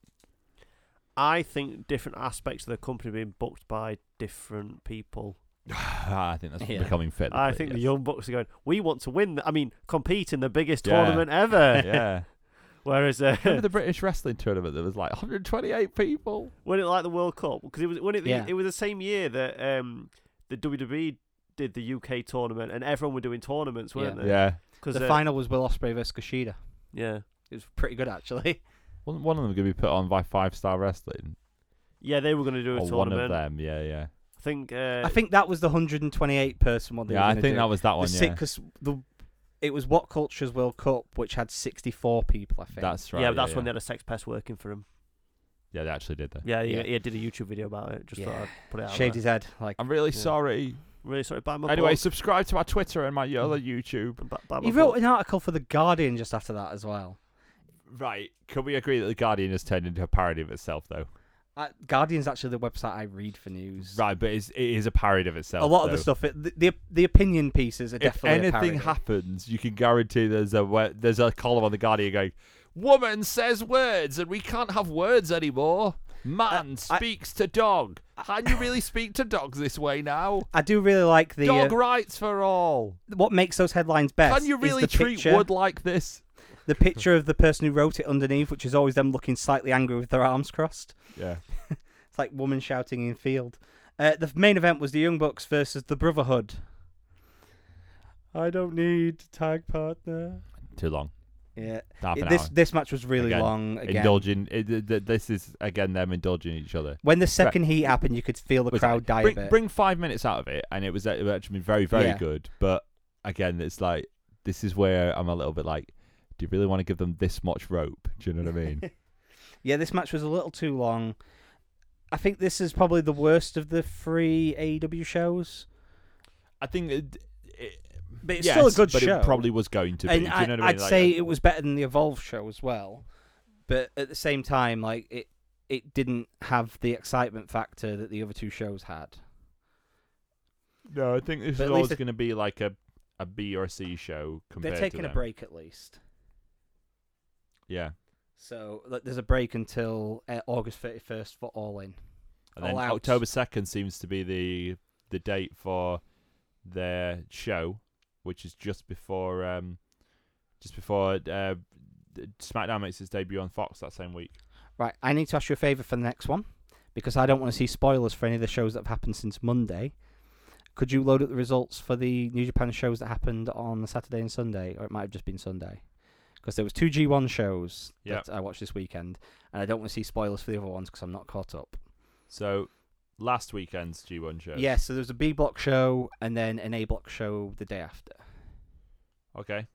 Speaker 3: *sighs*
Speaker 5: I think different aspects of the company being booked by different people.
Speaker 3: I think that's
Speaker 4: Yeah.
Speaker 3: becoming fit.
Speaker 5: I think the young bucks are going. We want to win. th- I mean, compete in the biggest
Speaker 3: Yeah.
Speaker 5: tournament ever.
Speaker 3: *laughs* yeah.
Speaker 5: Whereas, uh,
Speaker 3: Remember the British wrestling tournament that was like 128 people.
Speaker 5: *laughs* when it like the World Cup because it was when it
Speaker 4: Yeah.
Speaker 5: it was the same year that um the WWE did the UK tournament and everyone were doing tournaments, weren't
Speaker 4: Yeah.
Speaker 5: they? Because
Speaker 4: The final was Will Ospreay versus Kushida.
Speaker 5: yeah,
Speaker 4: It was pretty good actually.
Speaker 3: Wasn't one of them going to be put on by Five Star Wrestling
Speaker 5: yeah, they were going to do
Speaker 3: or
Speaker 5: a
Speaker 3: one
Speaker 5: tournament.
Speaker 3: of them? Yeah, yeah.
Speaker 5: I think. Uh,
Speaker 4: I think that was the 128 person one. They
Speaker 3: Yeah,
Speaker 4: were
Speaker 3: I
Speaker 4: gonna
Speaker 3: think
Speaker 4: do.
Speaker 3: that was that
Speaker 4: the
Speaker 3: one.
Speaker 4: six,
Speaker 3: Yeah,
Speaker 4: 'cause the it was What Culture's World Cup, which had 64 people. I think.
Speaker 3: that's right.
Speaker 5: yeah, but that's
Speaker 3: yeah.
Speaker 5: when they had a sex pest working for him.
Speaker 3: Yeah, they actually did that.
Speaker 5: Yeah, he,
Speaker 4: Yeah.
Speaker 5: he did a YouTube video about it. Just thought
Speaker 4: Yeah.
Speaker 5: I'd put it out.
Speaker 4: shaved
Speaker 5: there.
Speaker 4: his head like.
Speaker 3: I'm really
Speaker 5: Yeah.
Speaker 3: sorry.
Speaker 5: Really sorry. Buy my
Speaker 3: Anyway,
Speaker 5: book.
Speaker 3: subscribe to my Twitter and my other YouTube.
Speaker 5: Bu- buy my
Speaker 4: He wrote
Speaker 5: book.
Speaker 4: an article for the Guardian just after that as well.
Speaker 3: Right? Can we agree that the Guardian has turned into a parody of itself, though?
Speaker 4: Uh, Guardian's actually the website I read for news.
Speaker 3: Right, but it's, it is a parody of itself.
Speaker 4: A lot of the
Speaker 3: so
Speaker 4: stuff, it, the, the the opinion pieces are
Speaker 3: If
Speaker 4: definitely. a
Speaker 3: anything
Speaker 4: parody.
Speaker 3: happens, you can guarantee there's a we- there's a column on the Guardian going, "Woman says words, and we can't have words anymore." Man
Speaker 4: I-
Speaker 3: speaks to dog. Can you really speak to dogs this way now?
Speaker 4: I do really like the
Speaker 3: dog
Speaker 4: uh,
Speaker 3: rights for all.
Speaker 4: what makes those headlines best.
Speaker 3: Can you
Speaker 4: is
Speaker 3: really
Speaker 4: the
Speaker 3: treat
Speaker 4: picture,
Speaker 3: wood like this?
Speaker 4: the picture of the person who wrote it underneath, which is always them looking slightly angry with their arms crossed.
Speaker 3: Yeah.
Speaker 4: It's like woman shouting in field. Uh, the main event was the Young Bucks versus the Brotherhood. I don't need tag partner.
Speaker 3: Too long.
Speaker 4: Yeah,
Speaker 3: Half
Speaker 4: It-
Speaker 3: an
Speaker 4: this
Speaker 3: hour.
Speaker 4: this match was really
Speaker 3: Again,
Speaker 4: long. Again,
Speaker 3: Indulging. It, th- th- this is again them indulging each other.
Speaker 4: when the second heat happened, you could feel the
Speaker 3: Was
Speaker 4: crowd
Speaker 3: it-
Speaker 4: die
Speaker 3: bring,
Speaker 4: a bit.
Speaker 3: bring five minutes out of it, and it was it was actually very very
Speaker 4: Yeah.
Speaker 3: good. But again, it's like this is where I'm a little bit like, do you really want to give them this much rope? Do you know what I mean?
Speaker 4: yeah, this match was a little too long. I think this is probably the worst of the three AEW shows.
Speaker 3: *laughs* I think it, it,
Speaker 4: But it's
Speaker 3: yes,
Speaker 4: still a good
Speaker 3: but
Speaker 4: show.
Speaker 3: It probably was going to be.
Speaker 4: and
Speaker 3: do you know
Speaker 4: I,
Speaker 3: what I mean?
Speaker 4: would
Speaker 3: Like,
Speaker 4: say
Speaker 3: uh,
Speaker 4: it was better than the Evolve show as well, but at the same time, like it, it didn't have the excitement factor that the other two shows had.
Speaker 3: no. I think this
Speaker 4: but
Speaker 3: is
Speaker 4: at
Speaker 3: always
Speaker 4: least it-
Speaker 3: going to be like a a B or a C show compared.
Speaker 4: They're taking
Speaker 3: to
Speaker 4: a
Speaker 3: them.
Speaker 4: break at least,
Speaker 3: Yeah,
Speaker 4: so like, there's a break until uh, August 31st for All In.
Speaker 3: and then
Speaker 4: All out.
Speaker 3: October second seems to be the the date for their show, which is just before um, just before uh, SmackDown makes its debut on Fox that same week.
Speaker 4: Right, I need to ask you a favour for the next one because I don't want to see spoilers for any of the shows that have happened since Monday. Could you load up the results for the New Japan shows that happened on Saturday and Sunday, or it might have just been Sunday? Because there was two G1 shows
Speaker 3: Yeah.
Speaker 4: that I watched this weekend, and I don't want to see spoilers for the other ones because I'm not caught up.
Speaker 3: So last weekend's G1 show.
Speaker 4: Yes, so there was a B block show and then an A block show the day after.
Speaker 3: Okay.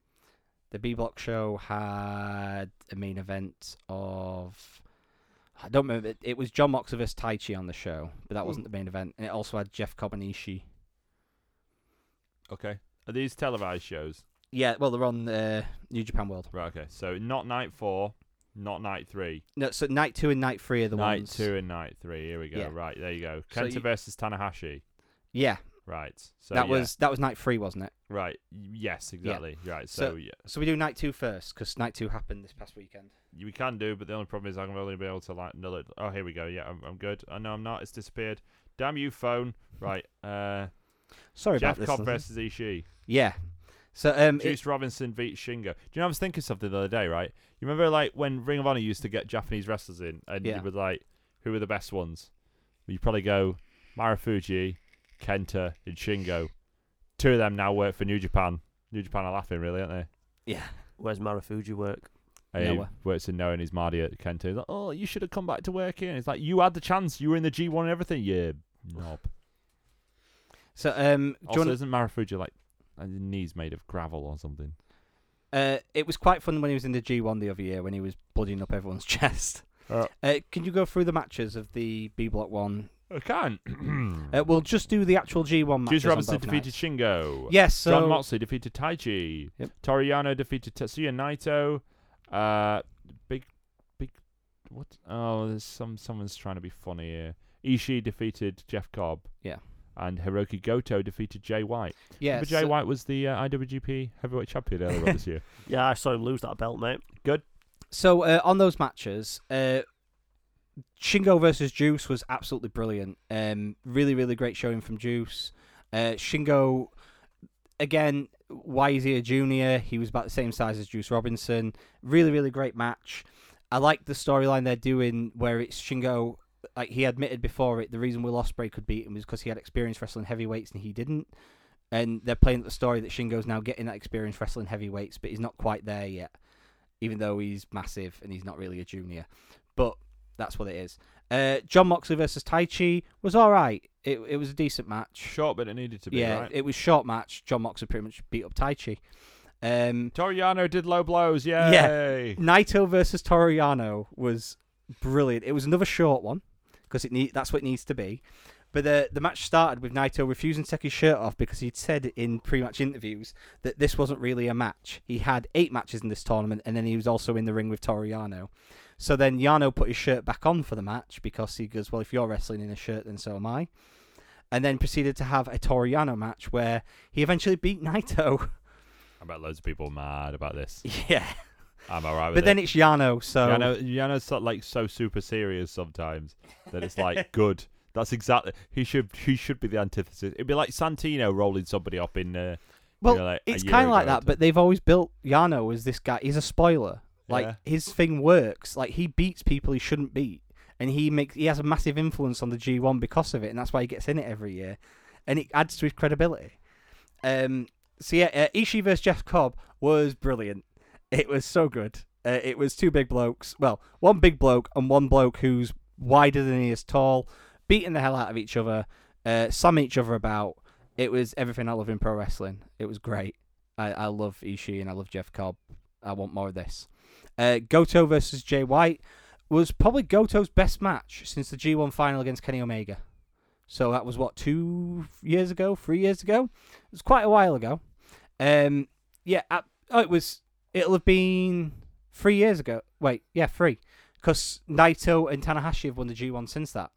Speaker 4: The B block show had a main event of I don't remember. It, it was John Mox versus Tai Chi on the show, but that wasn't the main event. And it also had Jeff Cobb and Ishii.
Speaker 3: Okay. Are these televised shows?
Speaker 4: Yeah, well, they're on uh, New Japan World.
Speaker 3: Right. Okay. So not night four, not night three.
Speaker 4: No, so night two and night three are the
Speaker 3: night
Speaker 4: ones.
Speaker 3: two and night three. Here we go.
Speaker 4: Yeah.
Speaker 3: Right. There you go.
Speaker 4: So
Speaker 3: Kenta
Speaker 4: you-
Speaker 3: versus Tanahashi.
Speaker 4: Yeah,
Speaker 3: Right. So
Speaker 4: that
Speaker 3: yeah.
Speaker 4: was that was night three, wasn't it?
Speaker 3: right. Yes. Exactly. Right. So,
Speaker 4: So-
Speaker 3: yeah,
Speaker 4: So we do night two first because night two happened this past weekend.
Speaker 3: you- we can do, but the only problem is I'm only be able to like null it. Oh, here we go. Yeah, I'm, I'm good. Oh no, I'm not. It's disappeared. Damn you, phone. Right. *laughs* Uh,
Speaker 4: Sorry
Speaker 3: Jeff
Speaker 4: about this.
Speaker 3: Cobb
Speaker 4: Leslie.
Speaker 3: versus Ishii.
Speaker 4: Yeah. So um, it,
Speaker 3: Juice Robinson beats Shingo. Do you know I was thinking something the other day, right? You remember like when Ring of Honor used to get Japanese wrestlers in and
Speaker 4: Yeah.
Speaker 3: you would like, who are the best ones? You'd probably go Marufuji, Kenta, and Shingo. Two of them now work for New Japan. New Japan are laughing really, aren't
Speaker 4: yeah,
Speaker 5: Where's Marufuji work?
Speaker 3: they? And he
Speaker 4: Noah.
Speaker 3: works in Noah and he's Marty at Kenta. He's like, Oh, you should have come back to work here. And it's like, You had the chance, you were in the G one and everything, yeah. Knob.
Speaker 4: So um, do you
Speaker 3: Also,
Speaker 4: wanna-
Speaker 3: isn't Marufuji like and his knees made of gravel or something?
Speaker 4: uh, it was quite fun when he was in the G1 the other year when he was bloodying up everyone's *laughs* chest.
Speaker 3: Uh.
Speaker 4: Uh, can you go through the matches of the B block one?
Speaker 3: I *clears throat* can't.
Speaker 4: Uh, we'll just do the actual G1 matches.
Speaker 3: Juice
Speaker 4: on
Speaker 3: Robinson
Speaker 4: both
Speaker 3: defeated
Speaker 4: nights.
Speaker 3: Shingo.
Speaker 4: Yes, so
Speaker 3: John Moxley defeated Taichi.
Speaker 4: Yep.
Speaker 3: Toriano defeated Tetsuya Naito. Uh, big, big, what? Oh, there's some someone's trying to be funny here. Ishii defeated Jeff Cobb.
Speaker 4: Yeah.
Speaker 3: And Hiroki Goto defeated Jay White.
Speaker 4: yeah,
Speaker 3: Remember Jay
Speaker 4: so-
Speaker 3: White was the uh, IWGP Heavyweight Champion earlier on this year.
Speaker 5: Yeah, I saw him lose that belt, mate.
Speaker 4: So uh, on those matches, uh, Shingo versus Juice was absolutely brilliant. Um, really, really great showing from Juice. Uh, Shingo, again, why is he a junior? He was about the same size as Juice Robinson. Really, really great match. I like the storyline they're doing where it's Shingo. Like he admitted before it, the reason Will Ospreay could beat him was because he had experience wrestling heavyweights and he didn't. And they're playing the story that Shingo's now getting that experience wrestling heavyweights, but he's not quite there yet even though he's massive and he's not really a junior. But that's what it is. Uh, John Moxley versus Tai Chi was all right. It, it was a decent match.
Speaker 3: *laughs* Short, but it needed to be.
Speaker 4: yeah,
Speaker 3: Right?
Speaker 4: it was short match. John Moxley pretty much beat up Tai Chi. Um,
Speaker 3: Toriano did low blows. Yay!
Speaker 4: Yeah. Naito versus Toriano was brilliant. It was another short one because it need, that's what it needs to be. But the the match started with Naito refusing to take his shirt off because he'd said in pre-match interviews that this wasn't really a match. He had eight matches in this tournament, and then he was also in the ring with Toriano. So then Yano put his shirt back on for the match because he goes, "Well, if you're wrestling in a shirt, then so am I." And then proceeded to have a Toriano match where he eventually beat Naito.
Speaker 3: I bet loads of people are mad about this.
Speaker 4: yeah,
Speaker 3: I'm alright with
Speaker 4: but
Speaker 3: it.
Speaker 4: then it's Yano, so
Speaker 3: Yano, Yano's so, like so super serious sometimes that it's
Speaker 4: *laughs*
Speaker 3: like good. That's exactly he should he should be the antithesis. It'd be like Santino rolling somebody up in. Uh,
Speaker 4: Well,
Speaker 3: you know, like, a
Speaker 4: it's
Speaker 3: year
Speaker 4: kind of like
Speaker 3: ago.
Speaker 4: that, but they've always built Yano as this guy. He's a spoiler. Like
Speaker 3: Yeah.
Speaker 4: his thing works. Like he beats people he shouldn't beat, and he makes he has a massive influence on the G one because of it, and that's why he gets in it every year, and it adds to his credibility. Um. So yeah, uh, Ishii versus Jeff Cobb was brilliant. It was so good. Uh, it was two big blokes. Well, one big bloke and one bloke who's wider than he is tall, beating the hell out of each other, uh, summing each other about. It was everything I love in pro wrestling. It was great. I, I love Ishii and I love Jeff Cobb. I want more of this. Uh, Goto versus Jay White was probably Goto's best match since the G1 final against Kenny Omega. So that was what two years ago, three years ago. It was quite a while ago. Um, yeah, I, oh, it was. It'll have been three years ago. Wait, yeah, three, because Naito and Tanahashi have won the G1 since that.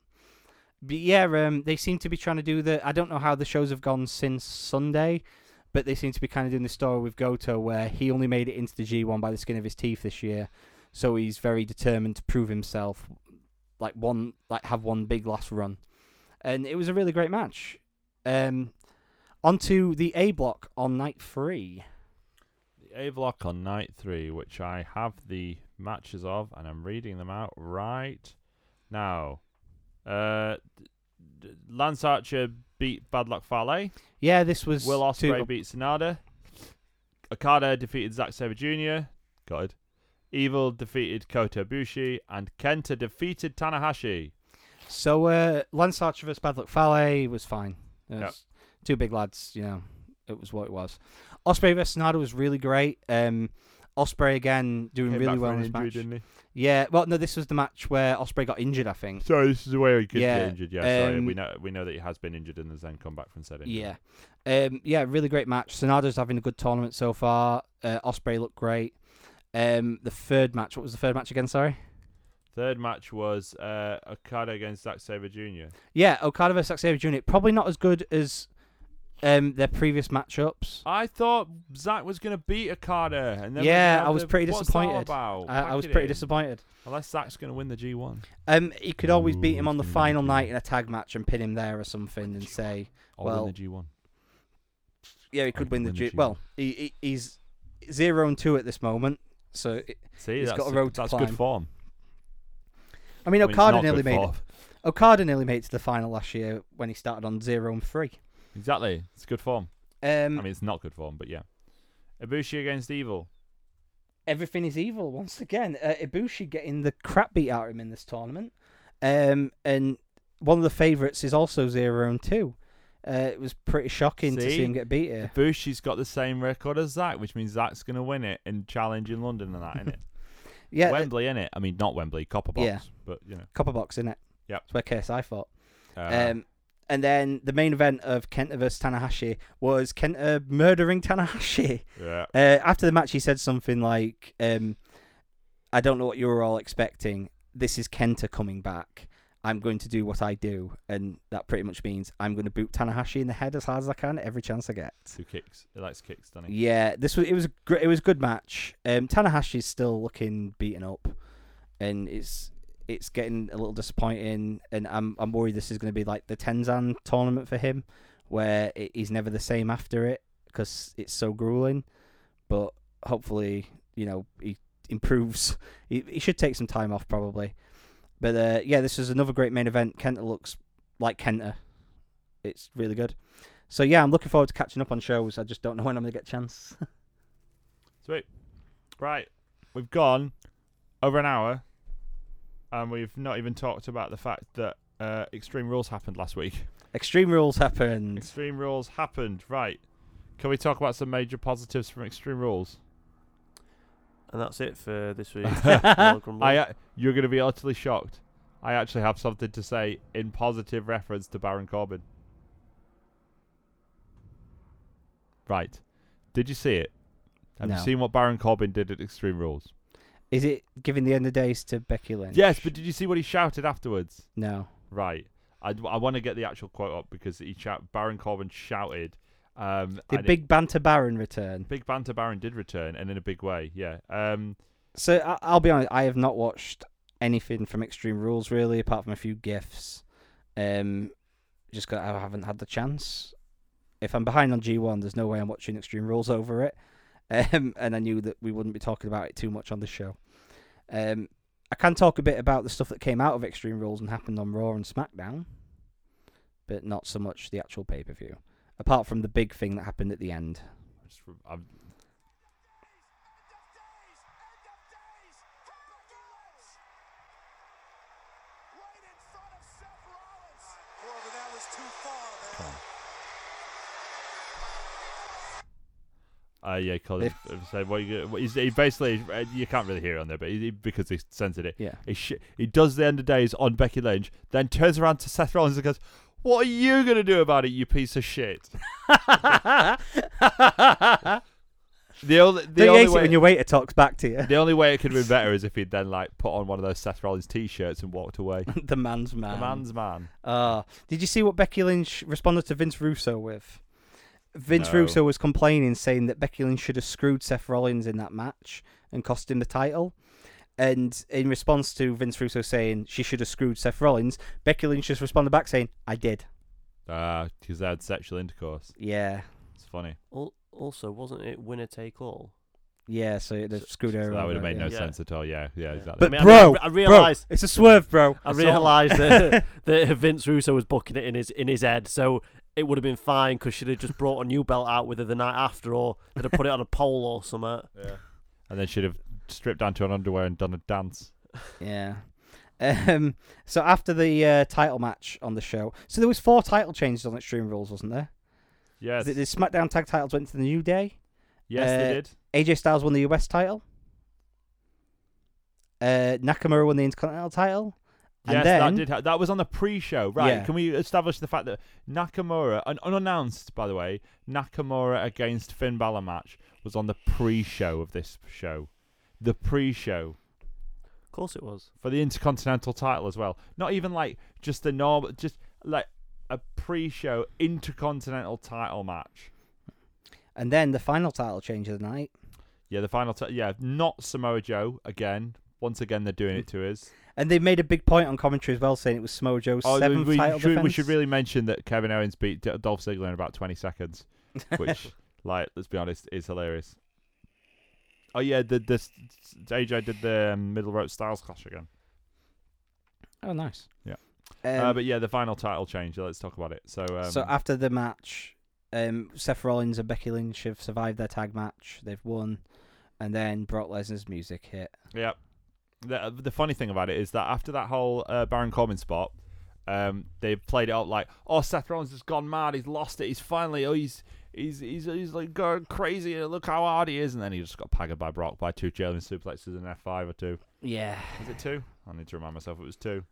Speaker 4: But yeah, um, they seem to be trying to do the. I don't know how the shows have gone since Sunday, but they seem to be kind of doing the story with Goto where he only made it into the G1 by the skin of his teeth this year, so he's very determined to prove himself, like one, like have one big last run, and it was a really great match. Um, Onto the A block on night three.
Speaker 3: The A block on night three, which I have the matches of, and I'm reading them out right now. Uh, d- d- Lance Archer beat Bad Luck Fale.
Speaker 4: Yeah, this was
Speaker 3: Will
Speaker 4: two-
Speaker 3: Ospreay beat Sonada. Okada defeated Zack Sabre Jr. God. Evil defeated Kota Ibushi, and Kenta defeated Tanahashi.
Speaker 4: So uh, Lance Archer versus Bad Luck Fale was fine. It
Speaker 3: Yep.
Speaker 4: was Two big lads, you know, it was what it was. Osprey versus Sonata was really great. Um, Osprey again doing
Speaker 3: Came
Speaker 4: really
Speaker 3: back
Speaker 4: well
Speaker 3: from an
Speaker 4: in his
Speaker 3: injury,
Speaker 4: match.
Speaker 3: didn't he?
Speaker 4: Yeah, well, no, this was the match where Osprey got injured, I think.
Speaker 3: Sorry, this is where he could
Speaker 4: Yeah,
Speaker 3: get injured. Yeah, sorry.
Speaker 4: um,
Speaker 3: We know we know that he has been injured and has then come back from said injury.
Speaker 4: Yeah, um, yeah, really great match. Sonada's having a good tournament so far. Uh, Osprey looked great. Um, the third match, what was the third match again? Sorry.
Speaker 3: Third match was uh, Okada against Zack Sabre Jr.
Speaker 4: Yeah, Okada versus Xavier Jr. Probably not as good as um, their previous matchups.
Speaker 3: I thought Zack was going to beat Okada. and then
Speaker 4: Yeah,
Speaker 3: we're gonna
Speaker 4: I was
Speaker 3: have the-
Speaker 4: pretty
Speaker 3: what's that
Speaker 4: disappointed.
Speaker 3: about?
Speaker 4: I, I
Speaker 3: Pack
Speaker 4: was
Speaker 3: Oh, it
Speaker 4: pretty
Speaker 3: in.
Speaker 4: disappointed.
Speaker 3: Unless Zack's going to win the G1.
Speaker 4: Um, he could always beat him on the
Speaker 3: Ooh,
Speaker 4: final
Speaker 3: yeah.
Speaker 4: night in a tag match and pin him there or something and say,
Speaker 3: Or
Speaker 4: Well,
Speaker 3: win the G1.
Speaker 4: yeah, he
Speaker 3: Or he
Speaker 4: could win the
Speaker 3: can win the
Speaker 4: G.
Speaker 3: G1.
Speaker 4: Well, he, he he's zero and two at this moment. So it,
Speaker 3: See,
Speaker 4: he's
Speaker 3: that's,
Speaker 4: got a road to
Speaker 3: that's
Speaker 4: climb.
Speaker 3: good form.
Speaker 4: I mean,
Speaker 3: I mean, it's
Speaker 4: Okada
Speaker 3: not
Speaker 4: nearly
Speaker 3: good
Speaker 4: made
Speaker 3: form.
Speaker 4: it. Okada nearly made it to the final last year when he started on zero and three.
Speaker 3: Exactly. It's good form.
Speaker 4: Um,
Speaker 3: I mean, it's not good form, but yeah. Ibushi against Evil.
Speaker 4: everything is evil once again. Uh, Ibushi getting the crap beat out of him in this tournament, um, and one of the favourites is also zero and two. Uh, it was pretty shocking to see
Speaker 3: See?
Speaker 4: him get beat here.
Speaker 3: Ibushi's got the same record as Zack, which means Zack's going to win it and challenge in London and that, innit?
Speaker 4: *laughs* Yeah, uh,
Speaker 3: Wembley, innit? I mean, not Wembley, Copper Box.
Speaker 4: Yeah.
Speaker 3: But, you know.
Speaker 4: copper box in it.
Speaker 3: Yep.
Speaker 4: that's where KSI fought.
Speaker 3: Uh,
Speaker 4: Um, and then the main event of Kenta versus Tanahashi was Kenta murdering Tanahashi.
Speaker 3: yeah.
Speaker 4: Uh, after the match, he said something like, um, "I don't know what you were all expecting. This is Kenta coming back. I'm going to do what I do, and that pretty much means I'm going to boot Tanahashi in the head as hard as I can every chance I get."
Speaker 3: Two kicks. He likes kicks, doesn't he?
Speaker 4: Yeah, this was it was a gr- it was a good match. Um, Tanahashi's still looking beaten up, and it's it's getting a little disappointing. And I'm I'm worried this is going to be like the Tenzan tournament for him, where it, he's never the same after it because it's so grueling. But hopefully, you know, he improves. *laughs* He, he should take some time off probably. But uh, yeah, this is another great main event. Kenta looks like Kenta. It's really good. So yeah, I'm looking forward to catching up on shows. I just don't know when I'm gonna get a chance. *laughs*
Speaker 3: Sweet. Right. We've gone over an hour and we've not even talked about the fact that uh, Extreme Rules happened last week.
Speaker 4: Extreme Rules happened.
Speaker 3: Extreme Rules happened. Right. Can we talk about some major positives from Extreme Rules?
Speaker 5: And that's it for
Speaker 3: *laughs*
Speaker 5: this week. Royal Grumble.
Speaker 3: I uh, a- you're going to be utterly shocked. I actually have something to say in positive reference to Baron Corbin. Right. Did you see it? Have you
Speaker 4: No.
Speaker 3: seen what Baron Corbin did at Extreme Rules?
Speaker 4: Is it giving the end of days to Becky Lynch?
Speaker 3: Yes, but did you see what he shouted afterwards?
Speaker 4: no.
Speaker 3: Right. I, want to get the actual quote up because he shout, Baron Corbin shouted. Um,
Speaker 4: Did
Speaker 3: and it-
Speaker 4: Big Banter Baron return?
Speaker 3: Big Banter Baron did return and in a big way, yeah. Um,
Speaker 4: So I- I'll be honest. I have not watched anything from Extreme Rules really, apart from a few gifs. Um, just 'cause I haven't had the chance. If I'm behind on G1, there's no way I'm watching Extreme Rules over it. *laughs* Um, and I knew that we wouldn't be talking about it too much on the show. Um, I can talk a bit about the stuff that came out of Extreme Rules and happened on Raw and SmackDown, but not so much the actual pay per view. Apart from the big thing that happened at the end.
Speaker 3: I just re- I'm-
Speaker 6: Corbin, that was too far, man.
Speaker 3: Uh, yeah, Colin said, "What you gonna- he's, he basically uh, you can't really hear it on there, but he, he- because he censored it, *laughs*
Speaker 4: Yeah.
Speaker 3: he sh- he does the end of days on Becky Lynch, then turns around to Seth Rollins and goes, "What are you gonna do about it, you piece of shit?" *laughs* the only the
Speaker 4: Don't you
Speaker 3: only
Speaker 4: hate it
Speaker 3: way
Speaker 4: when your waiter talks back to you?
Speaker 3: the only way it could have been better is if he'd then like put on one of those Seth Rollins t-shirts and walked
Speaker 4: *laughs*
Speaker 3: away.
Speaker 4: the man's man.
Speaker 3: the man's man.
Speaker 4: Ah, did you see what Becky Lynch responded to Vince Russo with? Vince
Speaker 3: No.
Speaker 4: Russo was complaining, saying that Becky Lynch should have screwed Seth Rollins in that match and cost him the title. And in response to Vince Russo saying she should have screwed Seth Rollins, Becky Lynch just responded back saying, "I did."
Speaker 3: Ah, because they had sexual intercourse.
Speaker 4: Yeah,
Speaker 3: It's funny.
Speaker 7: Al- Also, wasn't it winner take all?
Speaker 4: yeah. So the screwed
Speaker 3: So
Speaker 4: her.
Speaker 3: that would have
Speaker 4: over,
Speaker 3: made no
Speaker 4: yeah.
Speaker 7: Yeah.
Speaker 3: sense at all. Yeah,
Speaker 7: Yeah.
Speaker 3: yeah, exactly.
Speaker 4: But
Speaker 5: I mean, I
Speaker 4: bro,
Speaker 5: re- I
Speaker 4: bro,
Speaker 5: realised-
Speaker 4: it's a swerve, bro.
Speaker 5: I
Speaker 4: That's all.
Speaker 3: *laughs*
Speaker 5: realised that, that *laughs* Vince Russo was booking it in his in his head, so it would have been fine because she'd have just brought a new belt out with her the night after, or they'd have put it on a pole or something.
Speaker 3: and then she'd have stripped down to her underwear and done a dance.
Speaker 4: *laughs* Yeah. Um, so after the uh, title match on the show, so there was four title changes on Extreme Rules, wasn't there?
Speaker 3: Yes,
Speaker 4: The, the SmackDown tag titles went to the New Day.
Speaker 3: yes,
Speaker 4: uh,
Speaker 3: they did.
Speaker 4: AJ Styles won the US title. Uh, Nakamura won the Intercontinental title. and
Speaker 3: Yes,
Speaker 4: then-
Speaker 3: that did. Ha- that was on the pre-show, right?
Speaker 4: Yeah.
Speaker 3: Can we establish the fact that Nakamura, an unannounced, by the way, Nakamura against Finn Balor match was on the pre-show of this show, the pre-show
Speaker 5: Of course, it was.
Speaker 3: for the Intercontinental title as well. Not even like just the normal, just like a pre-show Intercontinental title match.
Speaker 4: And then the final title change of the night.
Speaker 3: Yeah, the final. T- yeah, not Samoa Joe again. Once again, they're doing it to us.
Speaker 4: And they made a big point on commentary as well, saying it was Samoa Joe's
Speaker 3: Oh,
Speaker 4: seventh
Speaker 3: we,
Speaker 4: title
Speaker 3: should,
Speaker 4: defense.
Speaker 3: we should really mention that Kevin Owens beat D- Dolph Ziggler in about 20
Speaker 4: *laughs*
Speaker 3: seconds, which, like, let's be honest, is hilarious. Oh yeah, the the s- s- AJ did the um, middle rope Styles clash again.
Speaker 4: oh, nice.
Speaker 3: Yeah.
Speaker 4: Um,
Speaker 3: uh, but yeah, the final title change. Let's talk about it. So, um,
Speaker 4: so after the match, um, Seth Rollins and Becky Lynch have survived their tag match. They've won. And then Brock Lesnar's music hit.
Speaker 3: Yeah. The, the funny thing about it is that after that whole uh, Baron Corbin spot, um, they played it up like, oh, Seth Rollins has gone mad. He's lost it. He's finally, oh, he's he's he's, he's like going crazy. and Look how hard he is. And then he just got paggered by Brock by two German suplexes and F five or two.
Speaker 4: Yeah.
Speaker 3: Is it two? I need to remind myself it was two.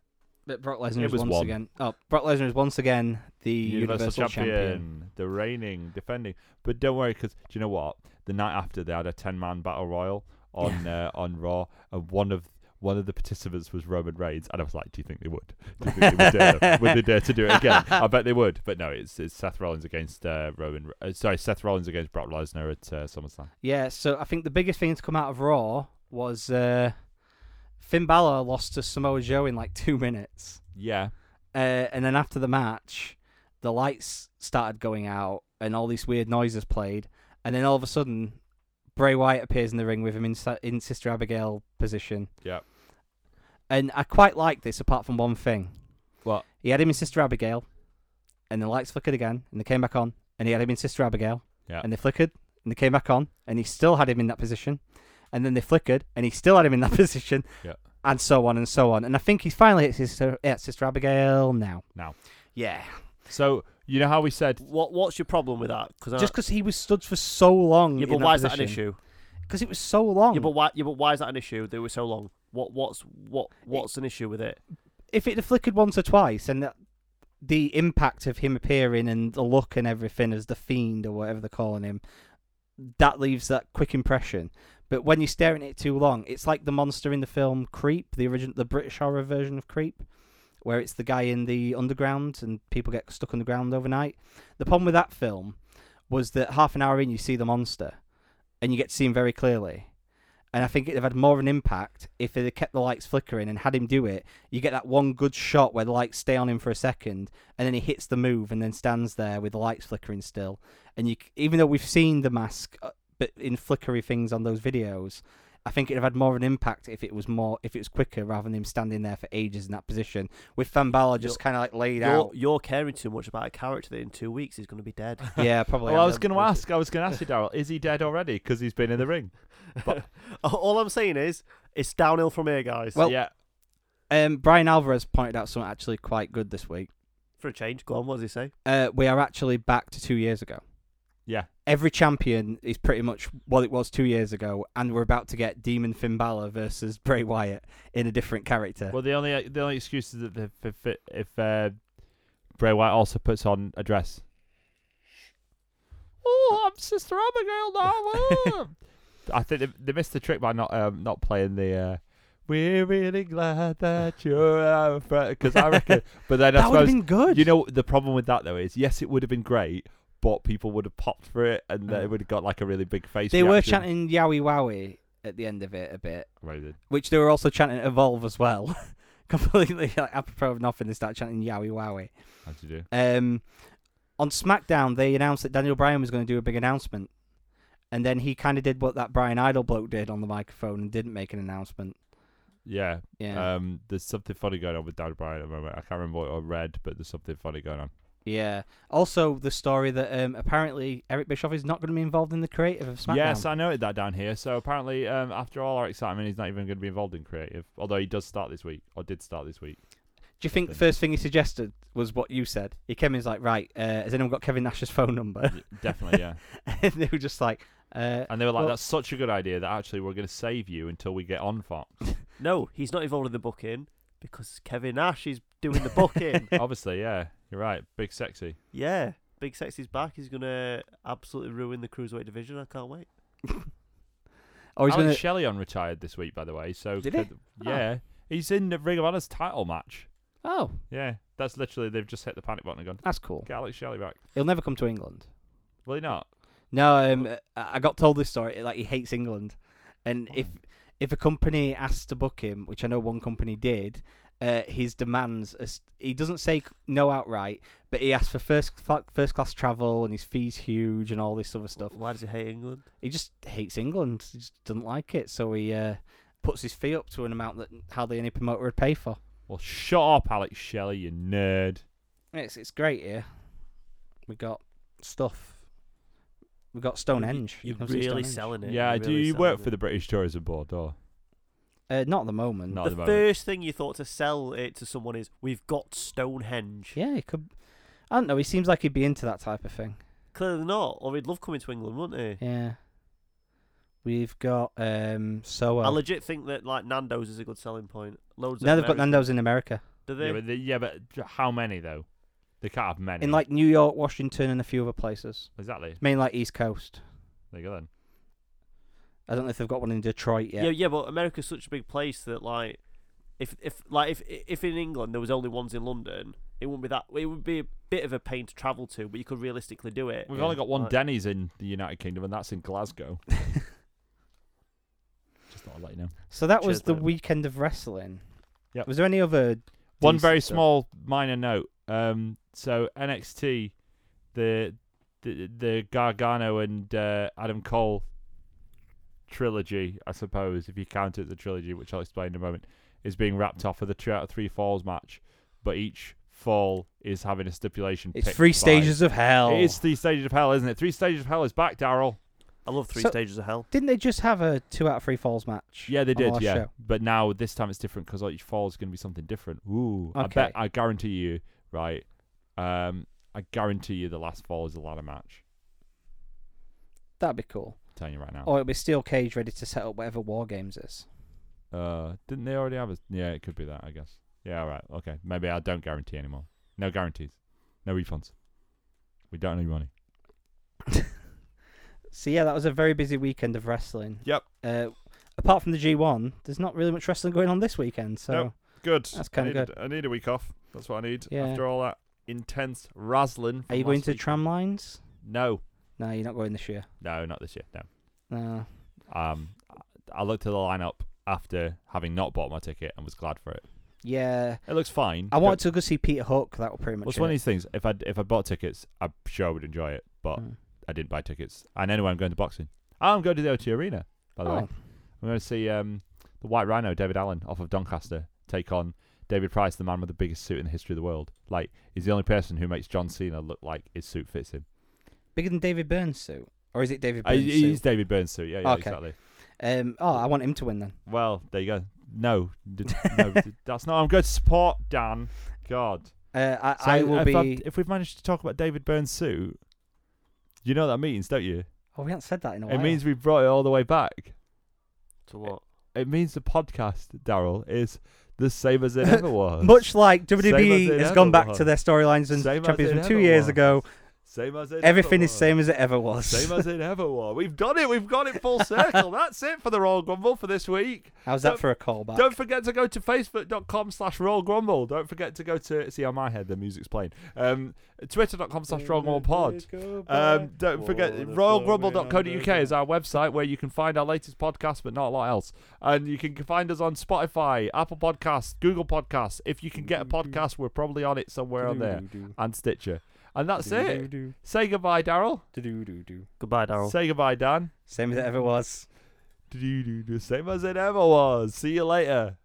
Speaker 4: But Brock Lesnar is
Speaker 3: was
Speaker 4: once
Speaker 3: one.
Speaker 4: again. Oh, Brock Lesnar is once again the Universal, champion.
Speaker 3: the reigning, defending. But don't worry, because do you know what? The night after they had a ten man battle royal on uh, on Raw, and one of one of the participants was Roman Reigns, and I was like, "Do you think they would? Do you think they would, dare
Speaker 4: *laughs*
Speaker 3: them? would they dare to do it again? I bet they would." But no, it's it's Seth Rollins against uh, Roman. Uh, sorry, Seth Rollins against Brock Lesnar at uh, SummerSlam.
Speaker 4: Yeah, so I think the biggest thing to come out of Raw was uh, Finn Balor lost to Samoa Joe in like two minutes.
Speaker 3: Yeah,
Speaker 4: Uh, and then after the match, the lights started going out and all these weird noises played. And then all of a sudden, Bray Wyatt appears in the ring with him in, Sa- in Sister Abigail position.
Speaker 3: Yep.
Speaker 4: And I quite like this, apart from one thing.
Speaker 3: What?
Speaker 4: He had him in Sister Abigail, and the lights flickered again, and they came back on, and he had him in Sister Abigail,
Speaker 3: Yeah.
Speaker 4: and they flickered, and they came back on, and he still had him in that position, and then they flickered, and he still had him in that *laughs* position,
Speaker 3: Yeah.
Speaker 4: and so on and so on. And I think he's finally at Sister, at Sister Abigail now.
Speaker 3: Now.
Speaker 4: Yeah.
Speaker 3: so you know how we said
Speaker 5: What What's your problem with that? Cause I-
Speaker 4: Just because he was stood for so long.
Speaker 5: yeah, but why is that an issue?
Speaker 4: Because it was so long.
Speaker 5: Yeah, but why? Yeah, but why is that an issue? They were so long. What What's what What's an issue with it?
Speaker 4: if it had flickered once or twice and that, the impact of him appearing and the look and everything as the fiend or whatever they're calling him, that leaves that quick impression. But when you're staring at it too long, it's like the monster in the film Creep, the original, the British horror version of Creep, where it's the guy in the underground and people get stuck underground overnight. The problem with that film was that half an hour in, you see the monster, and you get to see him very clearly. And I think it'd have had more of an impact if they kept the lights flickering and had him do it. You get that one good shot where the lights stay on him for a second, and then he hits the move and then stands there with the lights flickering still. And you, c- even though we've seen the mask, uh, but in flickery things on those videos, I think it'd have had more of an impact if it was more, if it was quicker rather than him standing there for ages in that position with Fan Balor just kind of like laid
Speaker 3: *laughs*
Speaker 5: You're,
Speaker 4: out.
Speaker 5: you're caring too much about a character that in two weeks is going to be *laughs* dead.
Speaker 4: Yeah, probably.
Speaker 3: Well, I
Speaker 4: I'm
Speaker 3: was
Speaker 4: done.
Speaker 3: going to ask. I was going to ask you, Daryl. Is he dead already? Because he's been in the ring.
Speaker 5: All I'm saying is, it's downhill from here, guys.
Speaker 4: Well-
Speaker 3: yeah.
Speaker 4: Um, Brian Alvarez pointed out something actually quite good this week.
Speaker 5: for a change, go on. What does he say?
Speaker 4: Uh, we are actually back to two years ago.
Speaker 3: Yeah.
Speaker 4: Every champion is pretty much what it was two years ago, and we're about to get Demon Finn Balor versus *laughs* Bray Wyatt in a different character.
Speaker 3: Well, the only the only excuse is that if if, it- if uh, Bray Wyatt also puts on a dress. Oh, I'm Sister Abigail now.
Speaker 4: *laughs*
Speaker 3: I think they, they missed the trick by not um, not playing the. Uh, We're really glad that you're our friend because I
Speaker 4: *laughs*
Speaker 3: reckon. But then I
Speaker 4: that would have
Speaker 3: suppose
Speaker 4: been good.
Speaker 3: you know the problem with that though is yes, it would have been great, but people would have popped for it and they
Speaker 4: Mm.
Speaker 3: would have got like a really big face.
Speaker 4: they were
Speaker 3: reaction.
Speaker 4: chanting Yowie Wowie at the end of it a bit,
Speaker 3: Right, they-
Speaker 4: which they were also chanting Evolve as well. *laughs* completely like, apropos of nothing, they start chanting Yowie Wowie.
Speaker 3: How'd you do?
Speaker 4: Um, on SmackDown, they announced that Daniel Bryan was going to do a big announcement, and then he kind of did what that Brian Idol bloke did on the microphone and didn't make an announcement.
Speaker 3: Yeah.
Speaker 4: Yeah,
Speaker 3: Um, there's something funny going on with Dan Bryan at the moment. I can't remember what I read, but there's something funny going on.
Speaker 4: yeah. Also, the story that um, apparently Eric Bischoff is not going to be involved in the creative of SmackDown.
Speaker 3: Yes, I noted that down here. So apparently, um, after all our excitement, he's not even going to be involved in creative. Although he does start this week, or did start this week.
Speaker 4: Do you think the first thing he suggested was what you said? He came in he's like, right, uh, has anyone got Kevin Nash's phone number? *laughs*
Speaker 3: Y- Definitely, yeah.
Speaker 4: and they were just like, uh,
Speaker 3: And they were like,
Speaker 4: Well-
Speaker 3: "That's such a good idea that actually we're going to save you until we get on
Speaker 4: *laughs*
Speaker 3: Fox."
Speaker 5: No,
Speaker 7: He's not involved in the booking because Kevin Nash is doing the
Speaker 5: *laughs*
Speaker 7: booking.
Speaker 3: Obviously, yeah. You're right. Big sexy.
Speaker 7: yeah, Big Sexy's back. He's gonna absolutely ruin the cruiserweight division. I can't wait.
Speaker 4: or "Oh, he's
Speaker 3: Alex
Speaker 4: going to.
Speaker 3: Shelley on retired this week, by the way. So
Speaker 4: Did
Speaker 3: could- yeah, he's in the Ring of Honor's title match.
Speaker 4: oh,
Speaker 3: Yeah, that's literally they've just hit the panic button and gone.
Speaker 4: that's cool.
Speaker 3: Get Alex Shelley back.
Speaker 4: He'll never come to England.
Speaker 3: Will he not?
Speaker 4: No, um, I I got told this story. Like he hates England, and if if a company asks to book him, which I know one company did, uh, his demands are s- he doesn't say no outright, but he asks for first cla- first class travel and his fees huge and all this other stuff.
Speaker 7: Why does he hate England?
Speaker 4: He just hates England. He just doesn't like it, so he uh, puts his fee up to an amount that hardly any promoter would pay for.
Speaker 3: Well, shut up, Alex Shelley, you nerd.
Speaker 4: It's it's great here. We got stuff. We got Stonehenge.
Speaker 7: You're
Speaker 4: Come see
Speaker 7: really
Speaker 4: Stonehenge.
Speaker 7: selling it.
Speaker 3: yeah,
Speaker 7: You're
Speaker 3: do
Speaker 7: really
Speaker 3: you work
Speaker 7: selling
Speaker 3: for
Speaker 7: it.
Speaker 3: the British Tourism Board? Or
Speaker 4: Uh, not at the moment.
Speaker 3: Not at
Speaker 7: The
Speaker 3: the moment.
Speaker 7: first thing you thought to sell it to someone is we've got Stonehenge.
Speaker 4: Yeah, he could. I don't know. He seems like he'd be into that type of thing.
Speaker 7: Clearly not, or he'd love coming to England, wouldn't he?
Speaker 4: Yeah. We've got um so
Speaker 7: I legit think that like Nando's is a good selling point. Loads.
Speaker 4: now
Speaker 7: of
Speaker 4: they've got
Speaker 7: Americans-
Speaker 4: Nando's in America,
Speaker 7: Do they?
Speaker 3: Yeah, but, the- yeah, but j- how many though? They can't have many.
Speaker 4: in like New York, Washington, and a few other places.
Speaker 3: exactly.
Speaker 4: Main like East Coast.
Speaker 3: There you go then.
Speaker 4: I don't know if they've got one in Detroit yet.
Speaker 7: Yeah. yeah, but America's such a big place that like, if if like if if in England there was only ones in London, it wouldn't be that. It would be a bit of a pain to travel to, but you could realistically do it.
Speaker 3: We've only got one
Speaker 7: Right.
Speaker 3: Denny's in the United Kingdom, and that's in Glasgow. Just thought I'd let you know.
Speaker 4: *laughs* So that was
Speaker 7: Cheers,
Speaker 4: the
Speaker 7: mate.
Speaker 4: weekend of wrestling.
Speaker 3: Yep.
Speaker 4: Was there any other?
Speaker 3: One
Speaker 4: decent
Speaker 3: very
Speaker 4: stuff?
Speaker 3: small minor note. Um, so NXT, the the, the Gargano and uh, Adam Cole trilogy, I suppose, if you count it as a trilogy, which I'll explain in a moment, is being wrapped off with a two out of three falls match, but each fall is having a stipulation.
Speaker 4: It's
Speaker 3: picked
Speaker 4: three
Speaker 3: by-
Speaker 4: stages of hell.
Speaker 3: It is three stages of hell, isn't it? Three stages of hell is back, Daryl.
Speaker 7: I love three
Speaker 4: So-
Speaker 7: stages of hell.
Speaker 4: Didn't they just have a two out of three falls match?
Speaker 3: Yeah, they
Speaker 4: on the
Speaker 3: did.
Speaker 4: last
Speaker 3: Yeah,
Speaker 4: show?
Speaker 3: but now this time it's different because each fall is going to be something different. Ooh, I bet
Speaker 4: Okay.
Speaker 3: I guarantee you, right? Um, I guarantee you the last fall is a ladder match.
Speaker 4: That'd be cool.
Speaker 3: I'm telling you right now.
Speaker 4: Or it'll be steel cage ready to set up whatever war games is.
Speaker 3: Uh, didn't they already have a? Yeah, it could be that. I guess. Yeah. All right. Okay. Maybe I don't guarantee anymore. No guarantees. No refunds. We don't need money.
Speaker 4: So yeah, that was a very busy weekend of wrestling.
Speaker 3: Yep.
Speaker 4: Uh, apart from the G1, there's not really much wrestling going on this weekend. So
Speaker 3: Nope. Good.
Speaker 4: That's kinda I needed-
Speaker 3: I need a week off. That's what I need
Speaker 4: Yeah. after
Speaker 3: all that intense razzling.
Speaker 4: are you going to tram lines?
Speaker 3: No.
Speaker 4: No, you're not going this year.
Speaker 3: No, not this year. No.
Speaker 4: No.
Speaker 3: Um, I looked at the lineup after having not bought my ticket and was glad for it.
Speaker 4: Yeah,
Speaker 3: It looks fine.
Speaker 4: I wanted to go see Peter Hook. That was pretty much.
Speaker 3: Well, it's one of
Speaker 4: it.
Speaker 3: these things. If I if I bought tickets, I'm sure I would enjoy it. But
Speaker 4: Mm.
Speaker 3: I didn't buy tickets. And anyway, I'm going to boxing. Oh, I'm going to the O2 Arena. By the way,
Speaker 4: Oh,
Speaker 3: I'm going to see um the White Rhino, David Allen, off of Doncaster, take on David Price, the man with the biggest suit in the history of the world. Like, he's the only person who makes John Cena look like his suit fits him.
Speaker 4: bigger than David Burns suit, or is it David
Speaker 3: Uh,
Speaker 4: Burns?
Speaker 3: he- he's
Speaker 4: suit?
Speaker 3: David Burns' suit. Yeah, yeah,
Speaker 4: Okay.
Speaker 3: exactly.
Speaker 4: Um. Oh, I want him to win then.
Speaker 3: Well, there you go. No, d- no, d- that's not. I'm going to support Dan. God.
Speaker 4: Uh, I,
Speaker 3: So
Speaker 4: I will
Speaker 3: if
Speaker 4: be.
Speaker 3: I've- If we've managed to talk about David Burns' suit, you know what that means, don't you?
Speaker 4: Oh, we haven't said that in a while.
Speaker 3: It means we brought it all the way back.
Speaker 7: To what?
Speaker 3: It means the podcast, Daryl, is the same as it
Speaker 4: *laughs*
Speaker 3: ever was.
Speaker 4: much like
Speaker 3: Same as
Speaker 4: WWE
Speaker 3: it
Speaker 4: has
Speaker 3: ever
Speaker 4: gone back
Speaker 3: was.
Speaker 4: to their storylines and
Speaker 3: Same as
Speaker 4: champions
Speaker 3: it
Speaker 4: from two
Speaker 3: ever
Speaker 4: years
Speaker 3: was.
Speaker 4: ago.
Speaker 3: Same as it.
Speaker 4: Everything
Speaker 3: ever
Speaker 4: is
Speaker 3: was.
Speaker 4: same as it ever was.
Speaker 3: Same as it ever was. We've done it. We've got it full circle. That's it for the Royal Grumble for this week.
Speaker 4: *laughs* How's
Speaker 3: Don't-
Speaker 4: that for a callback?
Speaker 3: Don't forget to go to facebook.com slash Royal Grumble. Don't forget to go to... See, on my head, the music's playing. Um, Twitter.com slash Royal Grumble Pod. Um, don't forget, royalgrumble.co.uk is our website where you can find our latest podcast, but not a lot else. And you can find us on Spotify, Apple Podcasts, Google Podcasts. If you can get a podcast, we're probably on it somewhere on there, and Stitcher. And that's it. Say goodbye, Daryl.
Speaker 7: Goodbye, Daryl.
Speaker 3: Say goodbye, Dan.
Speaker 4: Same as it ever was.
Speaker 3: Do-do-do-do, Same as it ever was. See you later.